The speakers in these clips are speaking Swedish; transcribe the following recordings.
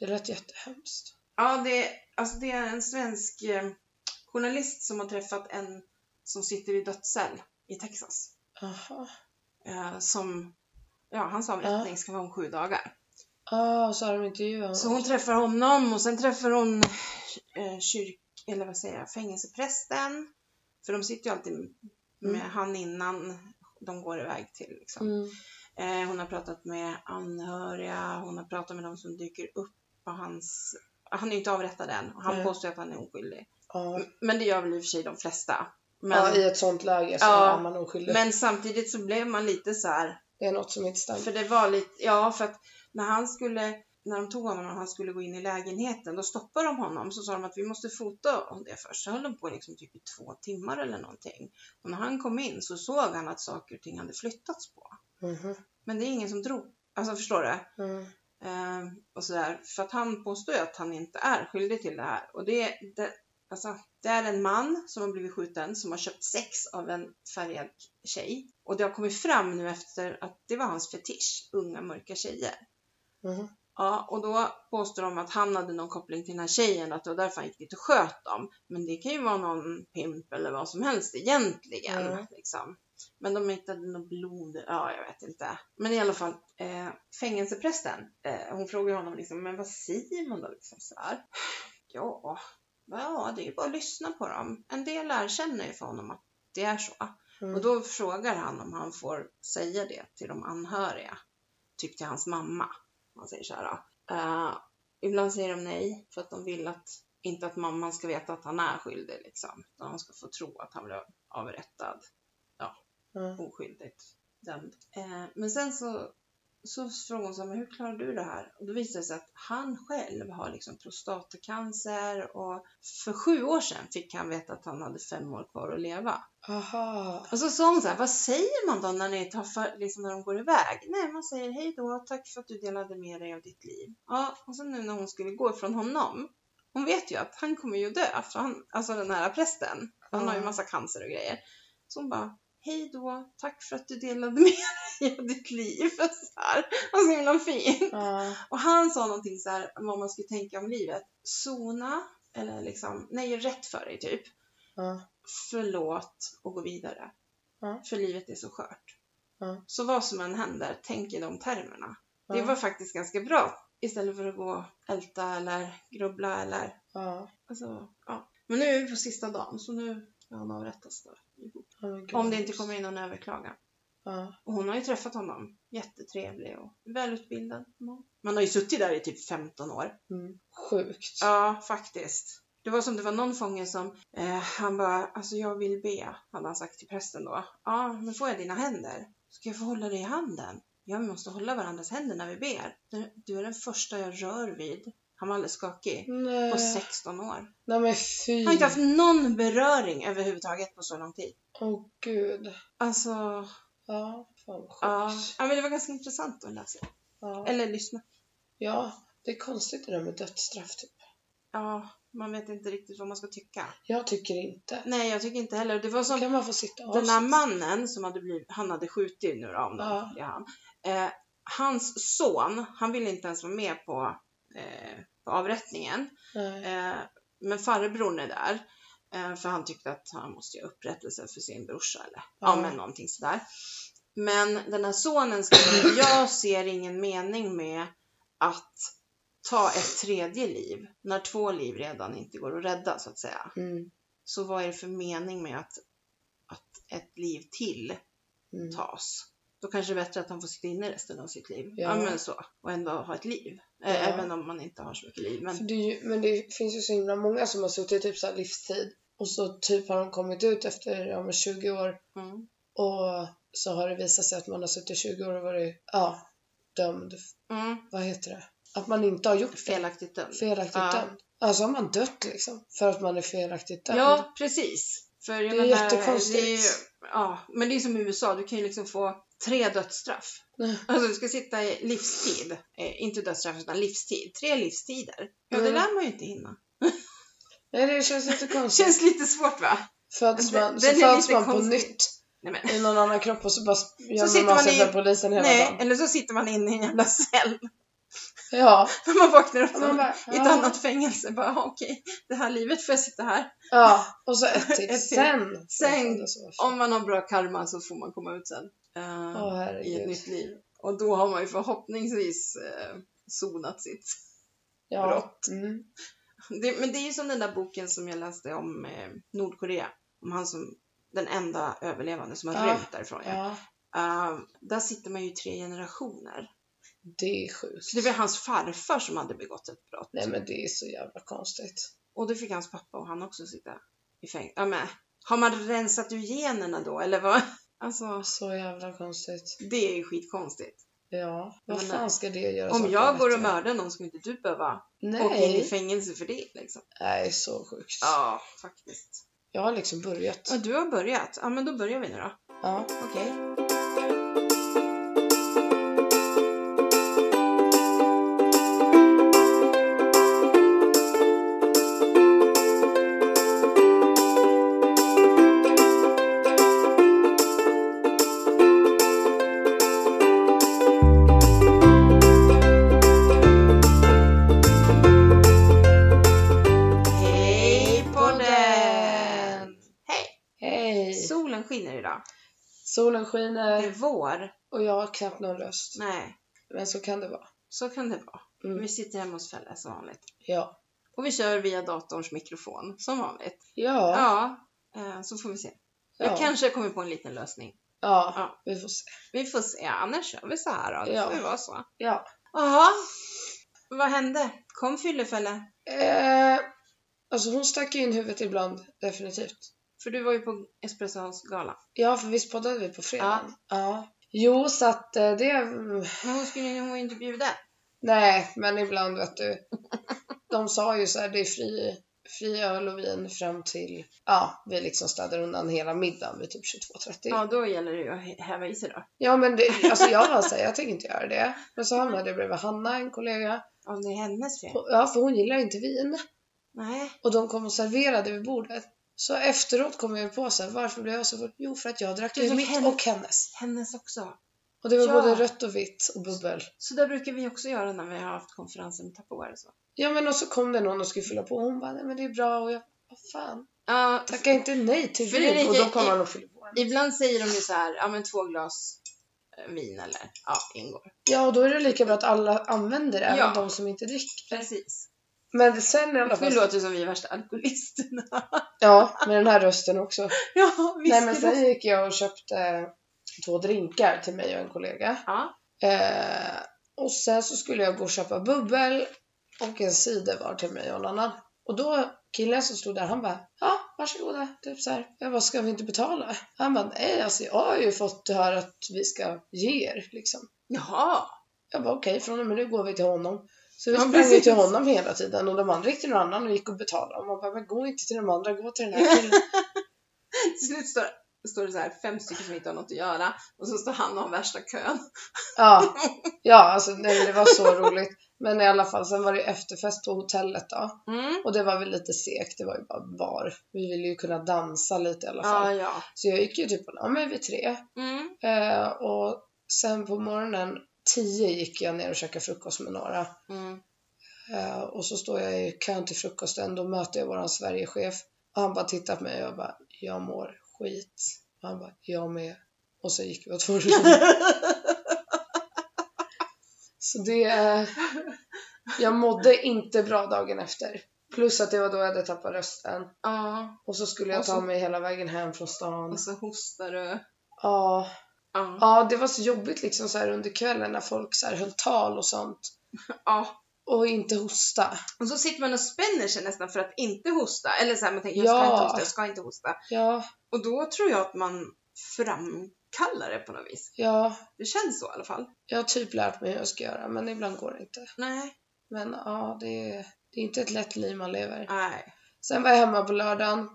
Det lät jättehemskt. Ja, det, alltså det är en svensk eh, journalist som har träffat en som sitter i dödscell i Texas. Jaha. Eh, som, ja, hans avrättning ska vara om sju dagar. Ah, så har de intervjuat honom. Så hon träffar honom och sen träffar hon eh, kyrk, eller vad säger jag, fängelseprästen. För de sitter ju alltid med Mm. han innan de går iväg till liksom. Mm. Eh, hon har pratat med anhöriga, hon har pratat med de som dyker upp på hans... Han är ju inte avrättad än och han Nej. påstår att han är oskyldig. Ja. M- Men det gör väl i och för sig de flesta. Men, ja, i ett sånt läge så Ja, är man oskyldig. men samtidigt så blev man lite så här. Det är något som inte stämmer. För det var lite, ja för att när han skulle, när de tog honom och han skulle gå in i lägenheten, då stoppade de honom. Så sa de att vi måste fota om det först. Så höll de på liksom typ i två timmar eller någonting. Och när han kom in så såg han att saker och ting hade flyttats på. Mhm. Men det är ingen som tror. Alltså förstår du? Mm. Eh, och sådär. För att han påstår ju att han inte är skyldig till det här. Och det, det, alltså, det är en man som har blivit skjuten som har köpt sex av en färgad tjej. Och det har kommit fram nu efter att det var hans fetisch, unga mörka tjejer. Mhm. Ja, och då påstår de att han hade någon koppling till den här tjejen, att det var därför han gick dit och sköt dem. Men det kan ju vara någon pimp eller vad som helst egentligen. Mm. Liksom. Men de hittade något blod, ja jag vet inte. Men i alla fall, eh, fängelseprästen, eh, hon frågar ju honom liksom, men vad säger man då liksom så här? Ja, ja, det är ju bara att lyssna på dem. En del erkänner ju för honom att det är så. Mm. Och då frågar han om han får säga det till de anhöriga. Typ till hans mamma. om Man säger så här. Eh, ibland säger de nej för att de vill att, inte att mamman ska veta att han är skyldig liksom. Utan han ska få tro att han blev avrättad Mm. oskyldigt dömd. Eh, men sen så, så frågade hon så här, men hur klarar du det här? Och då visade det sig att han själv har liksom prostatacancer och för sju år sedan fick han veta att han hade fem år kvar att leva. Aha. Och Alltså, så sa hon så här, vad säger man då när, ni tar för, liksom när de går iväg? Nej, man säger hej då, tack för att du delade med dig av ditt liv. Ja, och sen nu när hon skulle gå ifrån honom, hon vet ju att han kommer ju dö, för han, alltså den här prästen, han har ju Ja. massa cancer och grejer. Så hon bara, hej då, tack för att du delade med dig av ditt liv. Så här, och så himla fin. Ja. Och han sa någonting så här, om vad man skulle tänka om livet. Sona, eller liksom, nej, gör rätt för dig typ Ja. förlåt och gå vidare. Ja. För livet är så skört. Ja. Så vad som än händer, tänk i de termerna. Det Ja. var faktiskt ganska bra. Istället för att gå och älta eller grubbla eller... Ja. Alltså, ja. Men nu är vi på sista dagen, så nu ska han avrättas då. Oh my God. Om det inte kommer in någon överklagan. Ja. Och hon har ju träffat honom. Jättetrevlig och välutbildad. Man har ju suttit där i typ 15 år. Mm. Sjukt. Ja, faktiskt. Det var som det var någon fånge som, eh, han bara, alltså jag vill be, hade han sagt till prästen då. Ja, men får jag dina händer? Ska jag få hålla dig i handen? Ja, vi måste hålla varandras händer när vi ber. Du- Du är den första jag rör vid. Han var alldeles skakig. Nej. På 16 år. Nej men fy. Han har inte haft någon beröring överhuvudtaget på så lång tid. Åh gud. Alltså, Ja. Fan vad sjukt. ja. ja men det var ganska intressant att läsa. Ja. Eller lyssna. ja. Det är konstigt det där med dödsstraff typ. Ja, man vet inte riktigt vad man ska tycka. Jag tycker inte. Nej, jag tycker inte heller. Det var som Kan man få sitta av Den här sig? mannen som hade blivit, han hade skjutit nu då, om Ja. ja. det är han. Eh, hans son, han ville inte ens vara med på, eh, på avrättningen. Nej. Eh, men farbrorn är där. Eh, för han tyckte att han måste göra upprättelse för sin brorsa eller ja. Ja. men någonting sådär. Men den här sonen skrev, jag ser ingen mening med att ta ett tredje liv när två liv redan inte går att rädda så att säga. Mm. Så vad är det för mening med att, att ett liv till Mm. tas? Då kanske det är bättre att han får sitta inne resten av sitt liv. Ja. Ja, men så. Och ändå ha ett liv. Eh, Ja. Även om man inte har så mycket liv. Men För det är ju, men det finns ju så himla många som har suttit typ så här livstid och så typ har de kommit ut efter ja, men 20 år mm, och så har det visat sig att man har suttit 20 år och varit ja, dömd. mm, Vad heter det? Att man inte har gjort fel, felaktigt dömd. felaktigt Ja. dömd. Alltså har man dött liksom för att man är felaktigt dömd. Ja, precis. För jag Det är menar, eh, jättekonstigt. det är ju- ja, men det är som i USA, du kan ju liksom få tre dödsstraff. Nej. Alltså du ska sitta i livstid. Eh, inte dödsstraff utan livstid. Tre livstider. Ja, Mm. det lär man ju inte hinna. Nej, det känns lite konstigt. Känns lite svårt va? Föds Den- man, så den är föds lite man på konstig. nytt Nej, men. i någon annan kropp och så bara sitter gömmer man man sig i- för polisen hela Nej, dagen. eller så sitter man inne i en jävla cell. Ja. Men man vaknar upp Och man som bara, i ett ja. annat fängelse. Bara "Ah, okej, det här livet får jag sitta här. Ja, och så ett till. Ett till. Sen. Sen, Om Om... man har bra karma så får man komma ut sen. eh, Åh I ett herregud. nytt liv. Och då har man ju förhoppningsvis eh, sonat sitt. Ja. brott. Mm. Det, men det är ju som den där boken som jag läste om eh, Nordkorea. Om han som den enda överlevande som har Ja. rymt därifrån. Ja. Ja. Eh, där sitter man ju i tre generationer. Det är sjukt. Så det var hans farfar som hade begått ett brott. Nej men det är så jävla konstigt. Och då fick hans pappa och han också sitta i fängelse. Ja, men, har man rensat ur generna då eller vad? Alltså, Så jävla konstigt. det är ju skitkonstigt. Ja. Vad Men, fan ska det göra Om saken jag går och bättre? mördar någon ska inte du behöva åka in i Nej. fängelse för det liksom. Nej, så sjukt. Ja, faktiskt. Jag har liksom börjat. Ja, du har börjat. Ja, men då börjar vi nu då. Ja. Okej. Hej podden! Hej! Solen skiner idag. Solen Det är skiner vår. och jag har knappt någon röst. Nej, Men så kan det vara. så kan det vara. Mm. Vi sitter hemma hos Felle som vanligt. Ja. Och vi kör via datorns mikrofon som vanligt. Ja. Ja, eh, så får vi se. Ja. Jag kanske kommer på en liten lösning. ja. Ja. Vi får se. Vi får se. Annars kör vi så här då. Det Ja. får vara så. Ja. Jaha. Vad hände? Kom Fyllefälle. Eh, alltså hon stack ju in huvudet ibland, definitivt. För du var ju på Espresso House gala. Ja, för visst poddade vi på fredagen? Ja. Jo, så att eh, det... mm, Men hon skulle ju hon var ju inte bjuden. Nej, men ibland vet du. De sa ju så här, det är fri, fri öl och vin fram till... Ja, vi liksom städar undan hela middagen vid typ 22.30. Ja, då gäller det ju att hä- häva i sig då. Ja men det, alltså jag var såhär, jag tänker inte göra det. Men så hamnade jag bredvid Hanna, en kollega. Om det är hennes fel. Och- Ja för hon gillar inte vin. Nej. Och de kom och serverade vid bordet. Så efteråt kom jag på såhär, varför blev jag så full? Jo för att jag drack Du ur drack mitt hennes. och hennes. Hennes också. Och det var Ja. både rött och vitt och bubbel. Så där brukar vi också göra när vi har haft konferenser med Tupperware och så. Ja men och så kom det någon och skulle fylla på och hon bara, nej men det är bra och jag, vad fan. Ja, Tacka inte nej till För vin. Erika, Och då kom i- han och fyllde på en. ibland säger de ju så här, ja men två glas eh, vin eller ja, ingår. Ja och då är det lika bra att alla använder det, Ja. även de som inte dricker. Precis. Men sen i alla Nu fall. låter det som vi är värsta alkoholisterna. Ja, med den här rösten också. Ja, visst Nej men sen gick jag och köpte två drinkar till mig och en kollega. Ja, Eh, och sen så skulle jag gå och köpa bubbel och en cider var till mig och en annan. Och då killen som stod där han bara ja varsågoda typ så här. Jag bara ska vi inte betala? Han bara nej alltså jag har ju fått höra att vi ska ge er liksom. jaha. Jag bara okej från och med nu går vi till honom. Så vi Ja, sprang ju precis. till honom hela tiden och de andra gick till någon annan och gick och betalade. Och man bara men gå inte till de andra, gå till den här killen. Till slut står, står det så här fem stycken som inte har något att göra och så står han och har värsta kön. Ja, ja alltså, nej, det var så roligt. Men i alla fall, sen var det ju efterfest på hotellet då. Mm. Och det var väl lite segt, det var ju bara bar. Vi ville ju kunna dansa lite i alla fall. Ja, ja. Så jag gick ju typ på, ja men vi tre. Mm. Eh, och sen på morgonen, tio gick jag ner och käkade frukost med några. Mm. Eh, och så står jag i kön till frukosten, då möter jag våran Sverigechef. Och han bara tittar på mig och jag bara, jag mår skit. Och han bara, jag med. Och så gick vi åt vår rum. Så det... eh, Jag mådde inte bra dagen efter. Plus att det var då jag hade tappat rösten. Ja, Och så skulle jag Och så- ta mig hela vägen hem från stan. och så hostar du. Ja, Ja. ja det var så jobbigt liksom så här under kvällen när folk så här höll tal och sånt. ja. Och inte hosta. Och så sitter man och spänner sig nästan för att inte hosta. Eller så här, man tänker jag ska Ja. inte hosta, jag ska inte hosta. Ja, Och då tror jag att man framkallar det på något vis. ja. Det känns så i alla fall. Jag har typ lärt mig hur jag ska göra men ibland går det inte. Nej. Men ja, det är, det är inte ett lätt liv man lever. Nej. Sen var jag hemma på lördagen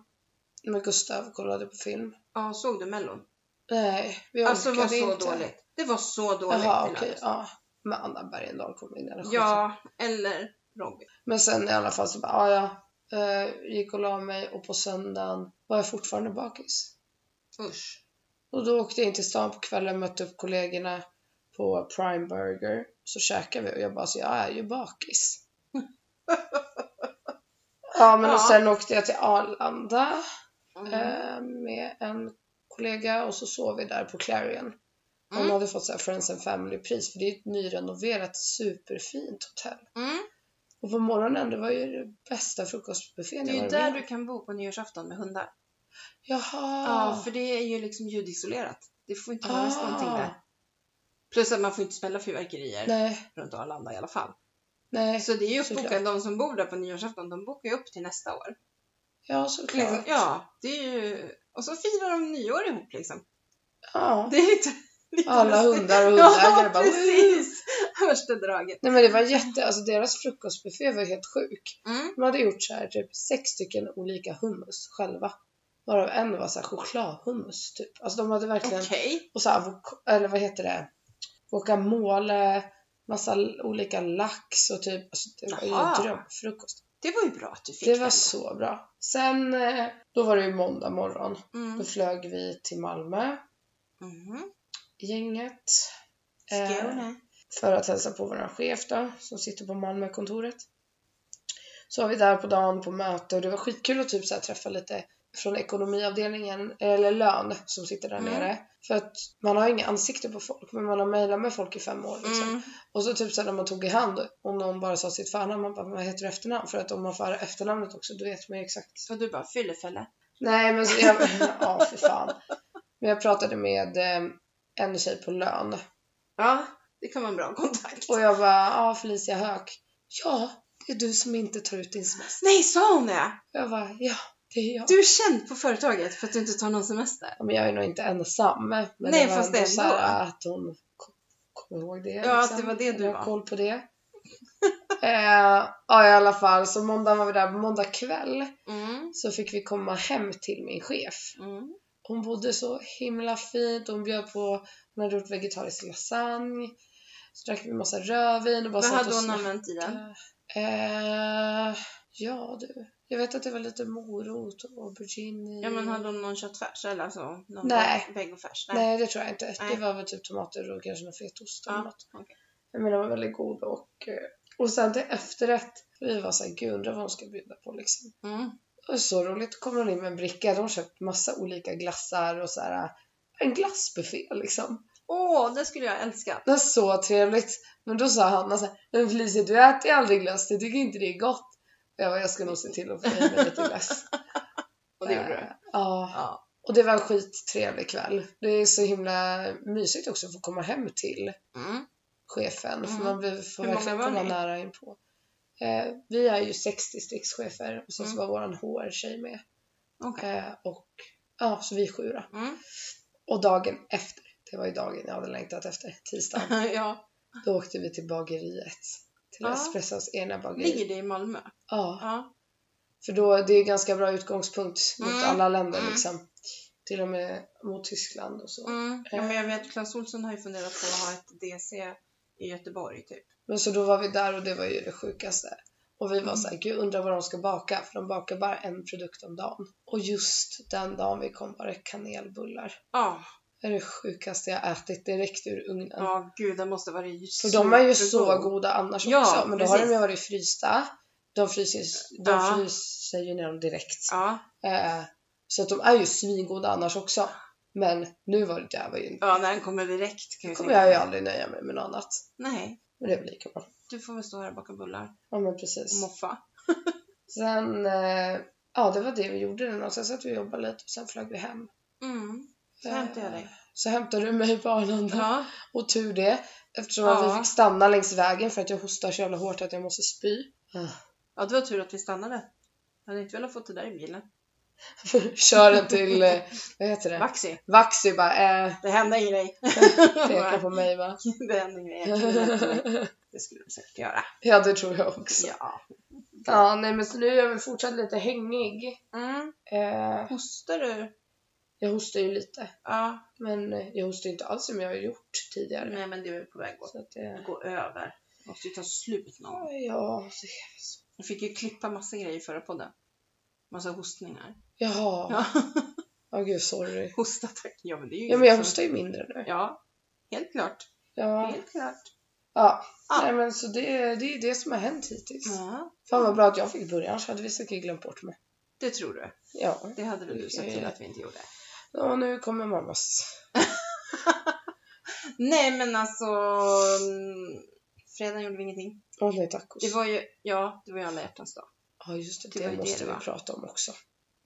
med Gustav och kollade på film. Ja, såg du Mellon? Nej, vi Alltså det var orkade så inte. dåligt. Det var så dåligt Jaha, i okej. lördags. ja. Men Anna Bergendahl kom in i den skiten. alltså. Ja, eller Robin. Men sen i alla fall så bara, ja, ja. Eh, gick och la mig och på söndagen var jag fortfarande bakis. Usch. Och då åkte jag in till stan på kvällen, mötte upp kollegorna på Prime Burger så käkade vi och jag bara så jag är ju bakis. ja men och Ja. sen åkte jag till Arlanda Mm. eh, med en kollega och så sov vi där på Clarion. Hon Mm. hade fått så här Friends and Family-pris för det är ett nyrenoverat superfint hotell. Mm. Och på morgonen, det var ju det bästa frukostbuffén Det jag är ju varit där med du om. kan bo på nyårsafton med hundar. Jaha! Ja, för det är ju liksom ljudisolerat. Det får inte höras Ah. någonting där. Plus att man får inte smälla fyrverkerier Nej, runt Arlanda i alla fall. nej. Så det är ju Såklart. uppbokat. De som bor där på nyårsafton, de bokar ju upp till nästa år. Ja, såklart. Liksom, ja, det är ju... Och så firar de nyår ihop liksom. Ja. Det är lite... lite Alla lustigt. hundar och hundägare Ja, bara precis! Värsta draget. Nej men det var jätte, alltså deras frukostbuffé var helt sjuk. Mm. De hade gjort så här typ sex stycken olika hummus själva. Varav en var så här chokladhummus typ. Alltså de hade verkligen, Okej. och så avok- eller vad heter det? Guacamole, massa l- olika lax och typ, alltså det var ju Jaha. en drömfrukost. Det var ju bra att du fick Det den. var så bra. Sen, eh, då var det ju måndag morgon. Då Mm. flög vi till Malmö, Mm. gänget. Eh, Skåne. för att hälsa på vår chef då, som sitter på Malmökontoret. Så var vi där på dagen på möte och det var skitkul att typ så här träffa lite från ekonomiavdelningen, eller lön, som sitter där Mm. nere. För att man har inga ansikten på folk, men man har mejlat med folk i fem år liksom. Mm. Och så typ så här, när man tog i hand, om någon bara sa sitt förnamn, man bara vad heter du i efternamn? För att om man får efternamnet också, då vet man ju exakt. Så du bara fyllefälle. Nej men så jag, ja för fan. Men jag pratade med eh, en tjej på lön Ja, det kan vara en bra kontakt. Och jag bara, ja Felicia Höök. Ja, det är du som inte tar ut din semester. Nej, sa hon det? Och Jag bara, ja det är jag. Du är känd på företaget för att du inte tar någon semester. Ja, Men jag är nog inte ensam. Men Nej, det var fast ändå ändå. så här att hon kom, kom ihåg det. Ja, att det var det du Jag var. har koll på det. eh, ja i alla fall, så måndag var vi där. Måndag kväll Mm. så fick vi komma hem till min chef. Mm. Hon bodde så himla fint. Hon bjöd på, hon hade gjort vegetarisk lasagne. Så drack vi massa rödvin och bara Vad satt hade och hon snackade. använt i den? Eh, ja du. Jag vet att det var lite morot och aubergine. i. Ja, men hade hon någon köttfärs eller alltså, någon Nej. veg- vegofärs? Nej. det tror jag inte. Nej. Det var väl typ tomater och kanske någon fetost eller Ja, något. okej. Men den var väldigt god och, eh, och sen till efterrätt. Vi var såhär, gud undrar vad hon ska bjuda på liksom. Mm. Och så roligt, då kommer hon in med en bricka. De har köpt massa olika glassar och så här eh, en glassbuffé liksom. Åh, det skulle jag älska. Det var så trevligt. Men då sa Hanna såhär, men Felicia du äter ju aldrig glass, du tycker inte det är gott. Och jag bara, jag ska nog se till att få i mig lite glass. Och det gjorde du? Eh, Ja. Ja. Och det var en skittrevlig kväll. Det är så himla mysigt också att få komma hem till Mm. chefen. Mm. För man blir- får Hur många verkligen var komma ni? nära in på. Eh, vi är ju 60 distriktschefer och sen så Mm. var våran HR-tjej med. Okej. Eh, och ja, så vi är sju då. Mm. Och dagen efter, det var ju dagen jag hade längtat efter, tisdagen. ja. Då åkte vi till bageriet. Till Ah. Espressons egna bageri. Ligger det i Malmö? Ja, Ja. för då, det är ganska bra utgångspunkt mot Mm. alla länder Mm. liksom. Till och med mot Tyskland och så. Mm. ja, men jag vet Clas Ohlson har ju funderat på att ha ett DC i Göteborg typ. Men så då var vi där och det var ju det sjukaste. Och vi var Mm. såhär, gud undrar vad de ska baka för de bakar bara en produkt om dagen. Och just den dagen vi kom var det kanelbullar. Ja, Det är det sjukaste jag ätit direkt ur ugnen. ja gud det måste vara ju Mm. för de är ju så supergod. goda annars Ja, också. Men då har de precis. ju varit frysta. De fryser, de Ja. fryser ju ner dem direkt. Ja, Eh, så att de är ju svingoda annars också. Men nu var det där var ju... ja när den kommer direkt kan Då jag kommer tänka jag ju mig. aldrig nöja mig med något annat. Nej, Men det är väl lika bra. du får väl stå här och baka bullar Ja men precis. och moffa. Sen, eh, ja det var det vi gjorde den och sen satt vi och jobbade lite och sen flög vi hem. Mm. Så Eh, hämtar jag dig. Så hämtade du mig på Arlanda. Ja. Och tur det, eftersom Ja. att vi fick stanna längs vägen för att jag hostar så jävla hårt att jag måste spy. ja, det var tur att vi stannade. Jag hade inte velat fått det där i bilen. Kör den till, eh, vad heter det? Baxi, Vaxi bara, eh, det hände en grej. pekar på mig va? det hände en grej. Jag trodde att det- Det skulle du säkert göra. ja det tror jag också. Ja. Ja nej men så nu är jag väl fortsatt lite hängig. Mm. Eh, Hostar du? jag hostar ju lite, Ja. men eh, jag hostar inte alls som jag har gjort tidigare. Nej, men det är väl på väg att Så att eh, det, gå över. Det måste ju ta slut någon gång. ja, så Jag fick ju klippa massa grejer i förra podden. Massa hostningar. Jaha. Ja. Ja. gud, sorry. Hosta tack. Ja men det är ju Ja, men jag hostar ju mindre nu. Ja, helt klart. Ja, Helt klart. ja. Ja. Nej, men så det, det är det som har hänt hittills. Ja, Fan vad bra att jag fick börja, annars hade vi säkert glömt bort mig. det tror du. Ja, Det hade väl du sett till att vi inte gjorde. ja nu kommer mammas. Nej men alltså, mm, fredagen gjorde vi ingenting. Åh nej, tacos. Det var ju, ja, det var ju alla hjärtans dag. Ja, just det. det Det, var ju det måste det var. vi prata om också.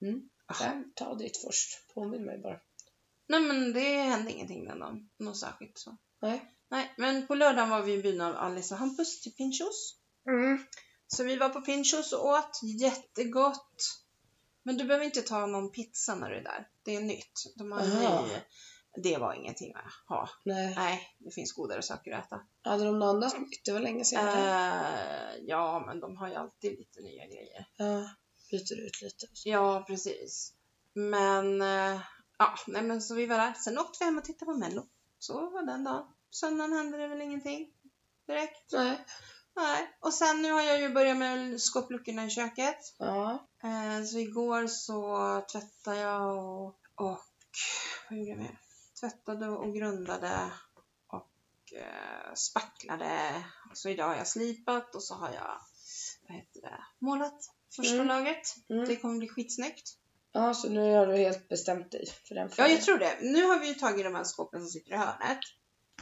Mm. Ah. Nej, ta ditt först. Påminn mig bara. Nej men det hände ingenting den dagen. Något särskilt så. Nej. Nej, men på lördagen var vi i byn av Alice och Hampus till Pinchos. Mm. Så vi var på Pinchos och åt jättegott. Men du behöver inte ta någon pizza när du är där. Det är nytt. De har Aha. ny. Det var ingenting att ha. Nej. Nej, det finns godare saker att äta. Hade de något annat nytt? Det var länge sedan. jag var där. Eh, ja, men de har ju alltid lite nya grejer. Ja. Byter ut lite. Ja, precis. Men, eh, ja, nej men så vi var där. Sen åkte vi hem och tittade på Mello. Så var den dagen. Söndagen hände det väl ingenting direkt. Nej. Nej. Och sen nu har jag ju börjat med skåpluckorna i köket. Ja. Eh, så igår så tvättade jag och, och vad gjorde jag mer? Tvättade och grundade och eh, spacklade. Så idag har jag slipat och så har jag, vad heter det, målat första Mm. laget. Det Mm. kommer bli skitsnyggt. Ja, så nu har du helt bestämt dig för den Ja, frågan. jag tror det. Nu har vi ju tagit de här skåpen som sitter i hörnet.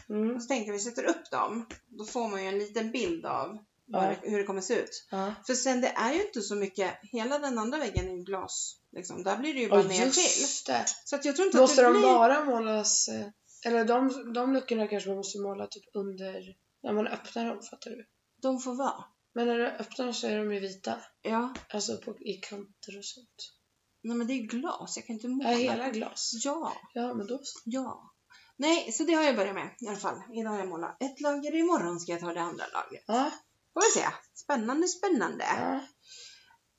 Mm. Och så tänker vi sätter upp dem. Då får man ju en liten bild av vad Ja. det, hur det kommer se ut. Ja. För sen det är ju inte så mycket, hela den andra väggen är ju glas. Liksom. Där blir det ju bara Ja, ner till. just det. Så att jag tror inte Måste att det de blir... bara målas... eh, Eller de, de luckorna kanske man måste måla typ under... När man öppnar dem, fattar du? De får vara. Men när du öppnar så är de ju vita. Ja. Alltså på, i kanter och sånt. Nej men det är ju glas, jag kan inte Ja, måla. hela glas. Ja, Ja, men då så. ja. Nej, så det har jag börjat med i alla fall. Idag har jag målat ett lager och imorgon ska jag ta det andra lagret. Ja. Får vi se. Spännande, spännande. ja.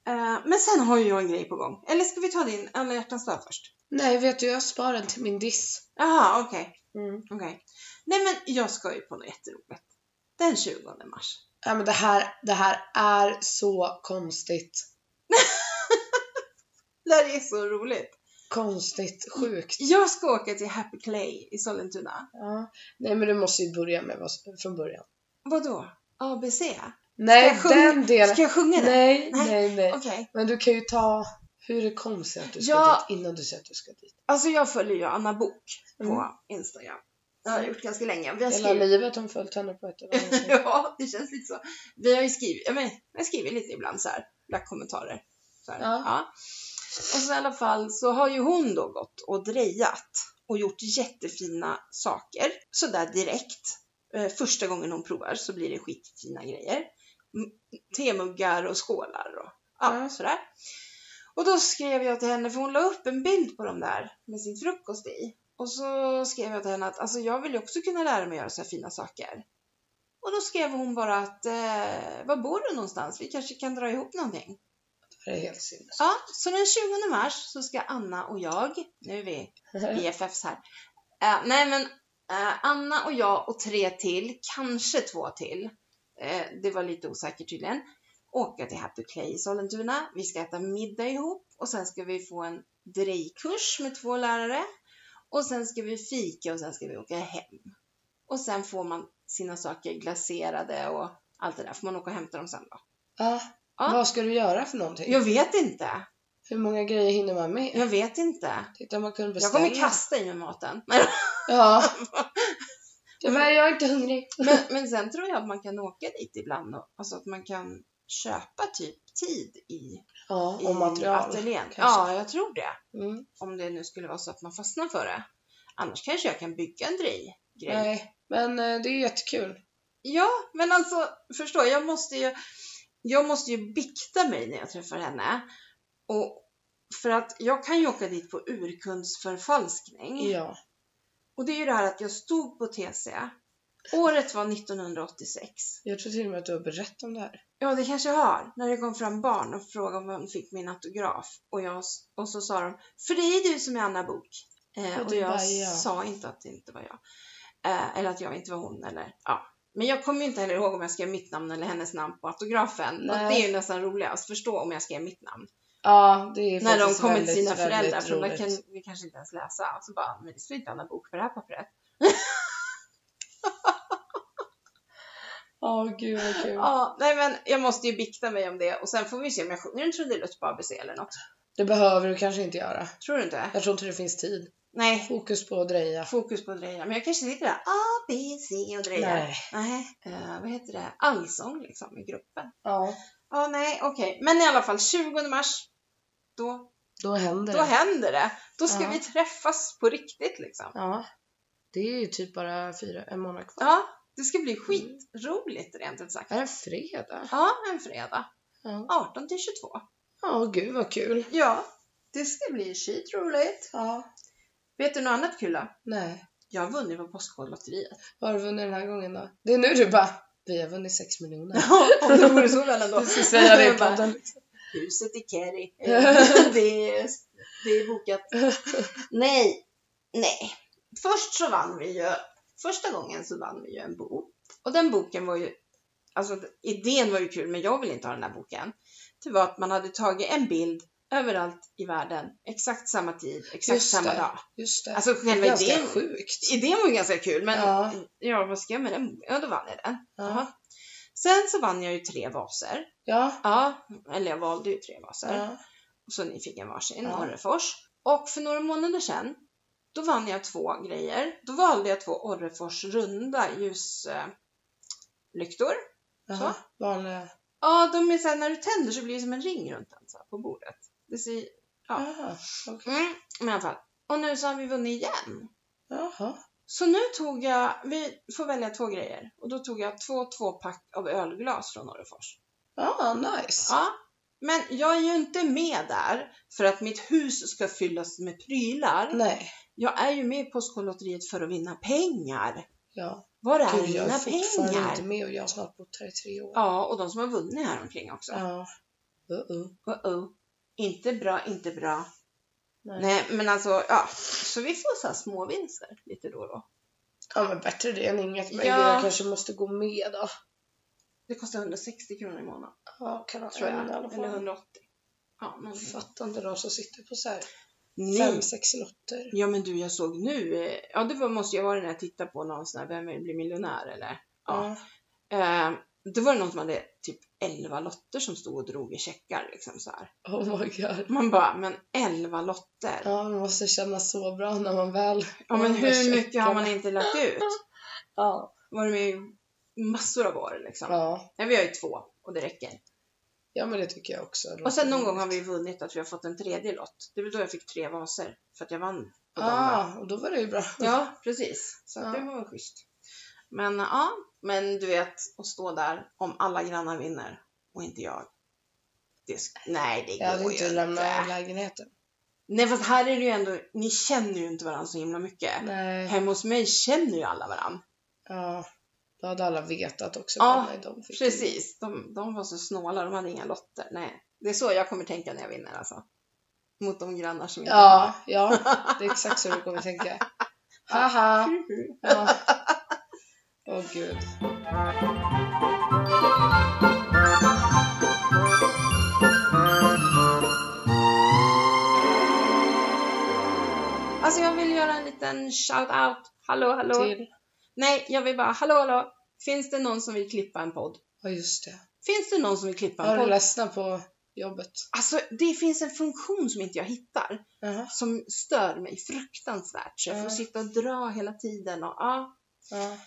Eh, men sen har ju jag en grej på gång. Eller ska vi ta din alla hjärtans dag först? Nej, vet du, jag sparar den till min diss. Jaha, okej. Mm. okej. Nej men jag ska ju på något jätteroligt. Den 20 mars. Ja, men det här, det här är så konstigt. Det här är så roligt. Konstigt, sjukt. Jag ska åka till Happy Clay i Sollentuna. Ja. Nej, men du måste ju börja med vad som- från början. Vadå? ABC? Nej, jag sjunga- den delen. Ska jag sjunga den? Nej, Nej. nej, nej. Okej. Men du kan ju ta hur det kom sig att du ska Ja. dit innan du säger att du ska dit. Alltså jag följer ju Anna Bok på Mm. Instagram. Det har jag gjort ganska länge. Vi har Hela skrivit... livet har följt henne på ett eller annat sätt. ja, det känns lite så. Vi har ju skrivit, ja, men, jag har skrivit lite ibland så här, lagt kommentarer. Så här, Ja. Och så i alla fall så har ju hon då gått och drejat och gjort jättefina saker sådär direkt. Eh, Första gången hon provar så blir det skitfina grejer. M- Temuggar och skålar och ja, Ja. sådär. Och då skrev jag till henne, för hon la upp en bild på dem där med sin frukost i. Och så skrev jag till henne att alltså, jag vill ju också kunna lära mig att göra så här fina saker. Och då skrev hon bara att, eh, var bor du någonstans? Vi kanske kan dra ihop någonting. Det är helt sinnes. Ja, så den 20 mars så ska Anna och jag, nu är vi BFFs här. Eh, nej men eh, Anna och jag och tre till, kanske två till, eh, det var lite osäkert tydligen, åka till Happy Clay i Sollentuna. Vi ska äta middag ihop och sen ska vi få en drejkurs med två lärare och sen ska vi fika och sen ska vi åka hem. Och sen får man sina saker glaserade och allt det där. Får man åka och hämta dem sen då? Ja. Ja. Vad ska du göra för någonting? Jag vet inte. Hur många grejer hinner man med? Jag vet inte. Titta man kunde Jag beställa. kommer kasta i mig maten. Men, Ja. Det var, jag är inte hungrig. men, men sen tror jag att man kan åka dit ibland. Och, alltså att man kan köpa typ tid i, Ja, i och material. ateljén. kanske. Ja, jag tror det. Mm. Om det nu skulle vara så att man fastnar för det. Annars kanske jag kan bygga en drej. grej. Nej, men eh, det är jättekul. Mm. Ja, men alltså förstå, jag måste ju, jag måste ju bikta mig när jag träffar henne. Och, för att jag kan ju åka dit på urkundsförfalskning. Ja. Och det är ju det här att jag stod på TC. Året var 1986. Jag tror till och med att du har berättat om det här. Ja, det kanske jag har. När det kom fram barn och frågade om de fick min autograf. Och, jag, och så sa de, för det är du som är Anna Bok. Eh, Och och du jag bara, ja. sa inte att det inte var jag. Eh, eller att jag inte var hon. Eller, ja. Men jag kommer ju inte heller ihåg om jag skrev mitt namn eller hennes namn på autografen. Och Nej. det är ju nästan roligast. Förstå om jag skrev mitt namn. Ja, det är När de faktiskt kommer till väldigt, sina föräldrar. väldigt För de roligt. kan vi kanske inte ens läsa. Så bara, men det står inte Anna Bok på det här pappret. Åh gud vad kul. Ja, nej men jag måste ju bikta mig om det och sen får vi se om jag sjunger en trudelutt på ABC eller något. Det behöver du kanske inte göra. Tror du inte? Jag tror inte det finns tid. Nej, Fokus på att dreja. fokus på att dreja. Men jag kanske sitter där A, B, C och drejar. Nej. Nej. eh, vad heter det? Allsång liksom i gruppen. Ja. Ja, nej, okej. Men i alla fall 20 mars, då, Då händer då det. händer det. Då ska Ja. vi träffas på riktigt liksom. Ja. Det är ju typ bara fyra, en månad kvar. Ja, det ska bli skitroligt rent ut sagt. Är det fredag? Ja, en fredag. Ja. 18 till 22. Ja, gud vad kul. Ja, det ska bli skitroligt. Ja. Vet du något annat kul då? Nej. Jag har vunnit på Postkodlotteriet. Vad har du vunnit den här gången då? Det är nu du bara, vi har vunnit sex miljoner. Om det vore så väl ändå. Du ska säga det i Jag bara, podden. Huset i Kerry. Eh, det, är, det är bokat. Nej, nej. Först så vann vi ju, första gången så vann vi ju en bok. Och den boken var ju, alltså idén var ju kul men jag vill inte ha den här boken. Det var att man hade tagit en bild överallt i världen, exakt samma tid, exakt Just samma det. dag. Just det. Alltså det är själva ganska idén, sjukt. idén var ju ganska kul men ja. Ja. vad ska jag med den Ja, då vann jag den. Ja. Sen så vann jag ju tre vaser. Ja. Ja, eller jag valde ju tre vaser. ja. Så ni fick en varsin Ja. Orrefors. Och för några månader sedan, då vann jag två grejer. Då valde jag två Orrefors runda ljuslyktor. Jaha. Vanliga. Ja, de är så här, när du tänder så blir det som en ring runt den så här, på bordet. Det ser, Ja. Jaha. Okej. mm, men i alla fall. Och nu så har vi vunnit igen. Jaha. Så nu tog jag, vi får välja två grejer. Och då tog jag två tvåpack av ölglas från Orrefors. Ja, nice. Ja, men jag är ju inte med där för att mitt hus ska fyllas med prylar. Nej. Jag är ju med i Postkodlotteriet för att vinna pengar. Ja. Var är Gud, jag mina är fortfarande pengar? inte med och jag har snart bott här i tre år. Ja, och de som har vunnit här omkring också. Ja. Uh-uh. Uh-oh. Inte bra, inte bra. Nej. Nej, men alltså, ja. Så vi får så här små vinster lite då och då. Ja, men bättre det än inget. Men Ja. jag kanske måste gå med då. Det kostar 160 kronor i månaden, Ja, kan ha tror en i alla jag. fall. Eller 180. Ja, någon- Fattar inte de som sitter på så här Nej. fem, sex lotter. Ja, men du, jag såg nu. eh, Ja, det var, måste jag vara när jag tittade på någon sån här Vem vill bli miljonär eller? Ja. Ja. Eh, det var någon som hade typ 11 lotter som stod och drog i checkar liksom så här. Oh my god. Man bara, men 11 lotter. Ja, Ja, det måste kännas så bra när man väl... men de där hur mycket har checkarna. man inte lagt ut? Ja. Var det med i massor av år liksom? Ja, Nej, vi har ju två och det räcker. ja men det tycker jag också. Och sen någon gång har vi vunnit att vi har fått en tredje lott. Det var då jag fick tre vaser för att jag vann på dem. va? ah, och då var det ju bra. Ja, precis. Så att Ja. det var väl schysst. Men ja, men du vet att stå där om alla grannar vinner och inte jag. Det, sk- nej, det Jag hade går ju inte lämnat lägenheten. Nej, fast här är det ju ändå, ni känner ju inte varandra så himla mycket. Nej. Hemma hos mig känner ju alla varandra. Ja. Då hade alla vetat också. Ja, men nej, de fick Precis, de, de var så snåla, de hade inga lotter. Nej, det är så jag kommer tänka när jag vinner alltså. Mot de grannar som inte Ja, ja. Det är exakt så du kommer tänka. Haha. har. Huhu. Ja. Åh gud. Alltså jag vill göra en liten shout-out. Hallå, hallå. Till. Nej, jag vill bara, hallå, hallå. Finns det någon som vill klippa en podd? Ja just det. Finns det någon som vill klippa en Har du podd? ledsna på jobbet? Alltså, det finns en funktion som inte jag hittar. Jaha. som stör mig fruktansvärt. Så jag får Ja. sitta och dra hela tiden. Och, ja. Ja.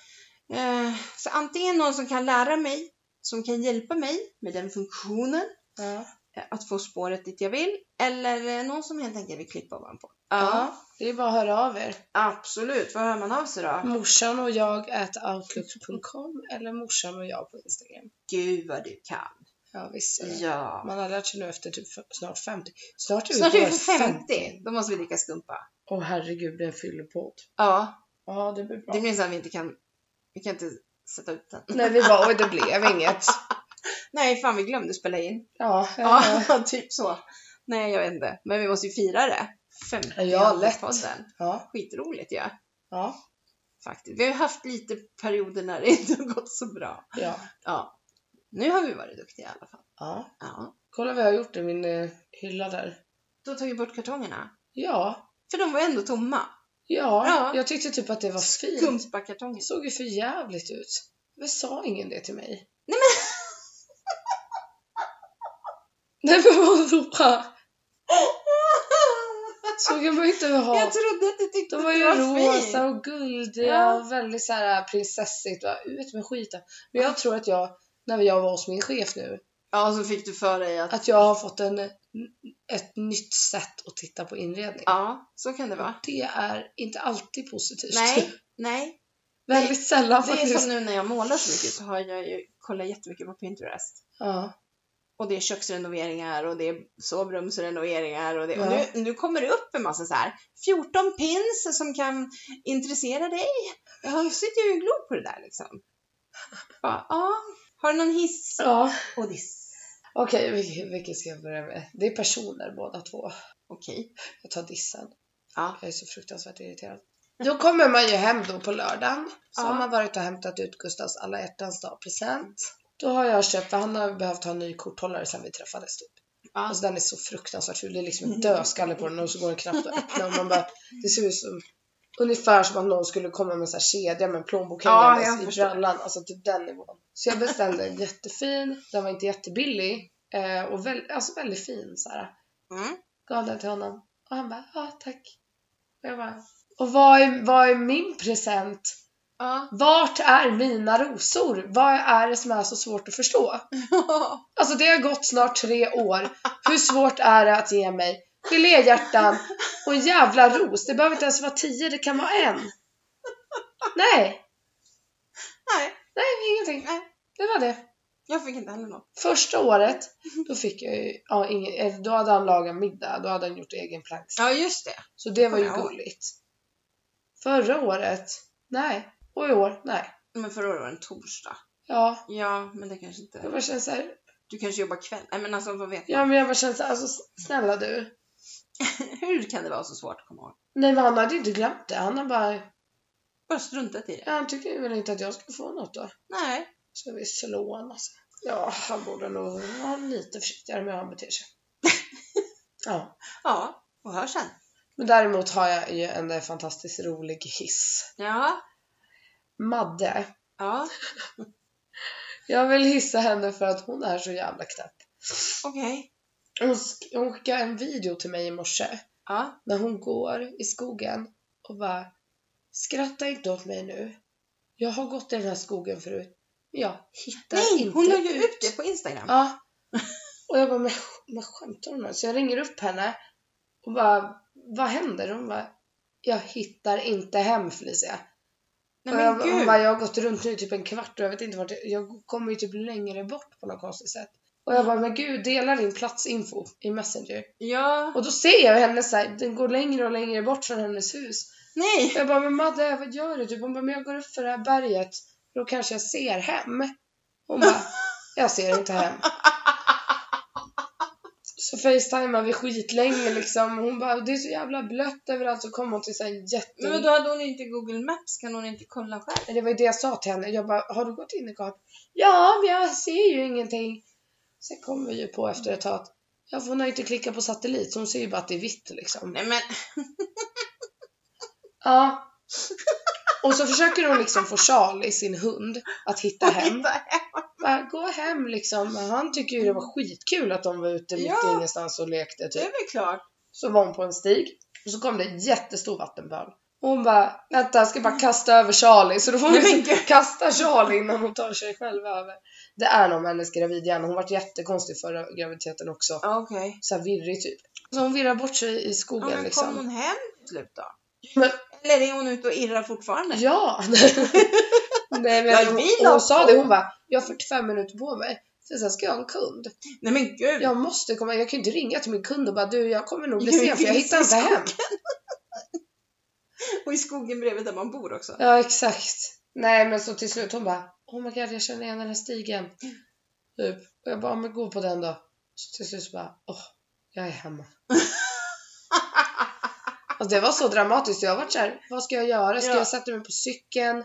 eh, så antingen någon som kan lära mig, som kan hjälpa mig med den funktionen, Ja. eh, att få spåret dit jag vill, eller eh, någon som helt enkelt vill klippa ovanpå. Ja, ja. Det är bara att höra av er. absolut. Vad hör man av sig Mm. då? Morsan och jag at outlook.com eller morsan och jag på Instagram. Gud vad du kan. Ja visst. är det. Ja. Man har lärt sig nu efter typ f- snart 50. Snart är vi Snart är vi på för 50. 50. Då måste vi dricka skumpa. Åh herregud, det är en fyllepodd. Ja, Ja, det blir bra. det minns att vi inte kan. Vi kan inte sätta ut den. Nej, vi bara oj, det blev inget. Nej, fan vi glömde spela in. Ja, ja. Ja, typ så. Nej, jag vet inte. Men vi måste ju fira det. 50 Ja, lätt. podden. ja. Skitroligt ju. Ja. ja. Faktiskt. Vi har ju haft lite perioder när det inte har gått så bra. Ja. Ja. Nu har vi varit duktiga i alla fall. ja. Ja. Kolla vad jag har gjort i min eh, hylla där. Då tar vi bort kartongerna. Ja. För de var ändå tomma. Ja, Ja. jag tyckte typ att det var fint. Kumsbakartonger. Det såg ju för jävligt ut. Varför sa ingen det till mig? Nej men vadå? Så kan man ju inte ha. Jag trodde att du tyckte De var ju att du var rosa och guldiga Ja. och väldigt så här äh, prinsessigt. Va? Ut med skiten. Men jag tror att jag, när jag var hos min chef nu, Ja, så fick du för dig att... att jag har fått en, ett nytt sätt att titta på inredning. Ja, så kan det vara. Det är inte alltid positivt. Nej, nej. Väldigt sällan Det är faktiskt. som nu när jag målar så mycket så har jag ju kollat jättemycket på Pinterest. Ja. Och det är köksrenoveringar och det är sovrumsrenoveringar och det. Och Ja. nu, nu kommer det upp en massa så här 14 pins som kan intressera dig. Jag sitter ju och glor på det där liksom. Bara, ja. Har du någon hiss ja. och diss? Okej, vilket, vilket ska jag börja med? Det är personer båda två. Okej. Jag tar dissen. Ja. Jag är så fruktansvärt irriterad. Då kommer man ju hem då på lördagen. Så Ja. har man varit och hämtat ut Gustavs alla hjärtans dag present. Då har jag köpt, för han har behövt ha en ny korthållare sen vi träffades typ. Ja. Mm. Alltså den är så fruktansvärt ful. Det är liksom en dödskalle på den och så går den knappt att öppna och man bara, det ser ut som Ungefär som om någon skulle komma med en sån här kedja med en plånbok Ja, jag hängandes i förstår. brallan. Alltså till den nivån. Så jag beställde en jättefin, den var inte jättebillig. eh, Och väl, alltså väldigt fin så här Mm. gav den till honom. Och han bara, ja ah, tack. Och jag bara, och vad är, vad är min present? Ja. Vart är mina rosor? Vad är det som är så svårt att förstå? Alltså det har gått snart tre år. Hur svårt är det att ge mig geléhjärtan och en jävla ros? Det behöver inte ens vara tio, det kan vara en. Nej, nej, nej ingenting. Nej. Det var det. jag fick inte heller något. Första året, då fick jag ju, ja, ingen, eh, då hade han lagat middag, då hade han gjort egen plank. Ja, just det. Så det var ju Kommer jag ihåg. gulligt. Förra året? Nej. Och i år? Nej. Men förra året var det en torsdag. Ja, Ja, men det kanske jag inte... bara känner såhär, Du kanske jobbar kväll? Nej, men alltså vad vet ja men jag bara känner såhär, alltså snälla du. Hur kan det vara så svårt att komma ihåg? Nej men han hade ju inte glömt det, han har bara, Bara struntat i det. ja, han tyckte ju väl inte att jag skulle få något då. Nej. Så vi slår honom alltså. Ja, han borde nog vara lite försiktigare med hur han beter sig. Ja. Ja, och hör sen. Men däremot har jag ju en eh, fantastiskt rolig hiss. Ja. Madde. Ja, Jag vill hissa henne för att hon är så jävla knäpp. okej. Hon, sk- hon skickade en video till mig i morse. Ja. när hon går i skogen och bara Skratta inte åt mig nu. Jag har gått i den här skogen förut. Men jag hittar Nej, inte hon la ju ut det på Instagram. Ja. Och jag bara, men, men skämtar hon nu? Så jag ringer upp henne och bara, vad händer? Hon bara, jag hittar inte hem Felicia. Nej och jag, men hon gud. bara, jag har gått runt nu i typ en kvart och jag vet inte vart, jag- jag kommer ju typ längre bort på något konstigt sätt. Och jag bara, men gud, dela din platsinfo i Messenger. Ja. Och då ser jag henne så här, den går längre och längre bort från hennes hus. Nej. Och jag bara, men Madde vad gör du? Typ, hon bara, men jag går upp för det här berget, då kanske jag ser hem. Hon bara, jag ser inte hem. Så facetimar vi skitlänge liksom. Hon bara, det är så jävla blött överallt. Så kom hon till så här en jätte... Men då hade hon inte Google Maps, kan hon inte kolla själv? Det var ju det jag sa till henne. Jag bara, har du gått in i kartan? Ja, men jag ser ju ingenting. Sen kom vi ju på efter ett tag att, ja, för hon har ju inte klickat på satellit så hon ser ju bara att det är vitt liksom. Nej men, Ja. Och så försöker hon liksom få Charlie, sin hund, att hitta hem. titta här. Bara, gå hem liksom. Men Han tycker ju det var skitkul att de var ute mitt Ja. i ingenstans och lekte det typ. är väl klart. Så var hon på en stig och så kom det en jättestor vattenpöl. Och hon bara, vänta jag ska bara kasta över Charlie. Så då får hon Nej, men liksom kasta Charlie innan hon tar sig själv över. Det är någon med hennes gravidhjärna. Hon vart jättekonstig förra graviditeten också. Ja, Okej. Så här virrig typ. Så hon virrar bort sig i Ja, skogen men liksom. kom hon hem till slut då? Men- Eller är hon ute och irrar fortfarande? Ja! Nej men Ja, hon, vi hon la sa på. det, hon bara jag har 45 minuter på mig. För sen ska jag ha en kund. Nej men gud. Jag måste komma, jag kan ju inte ringa till min kund och bara du jag kommer nog bli Jag sen för jag finns hittar i inte hem. Och i skogen bredvid där man bor också. Ja exakt. Nej men så till slut hon bara oh my god jag känner igen den här stigen. Typ. Och jag bara "Ja, men gå på den då. Så till slut så bara åh jag är hemma. Alltså det var så dramatiskt. Jag varit såhär, vad ska jag göra? Ska Ja. jag sätta mig på cykeln?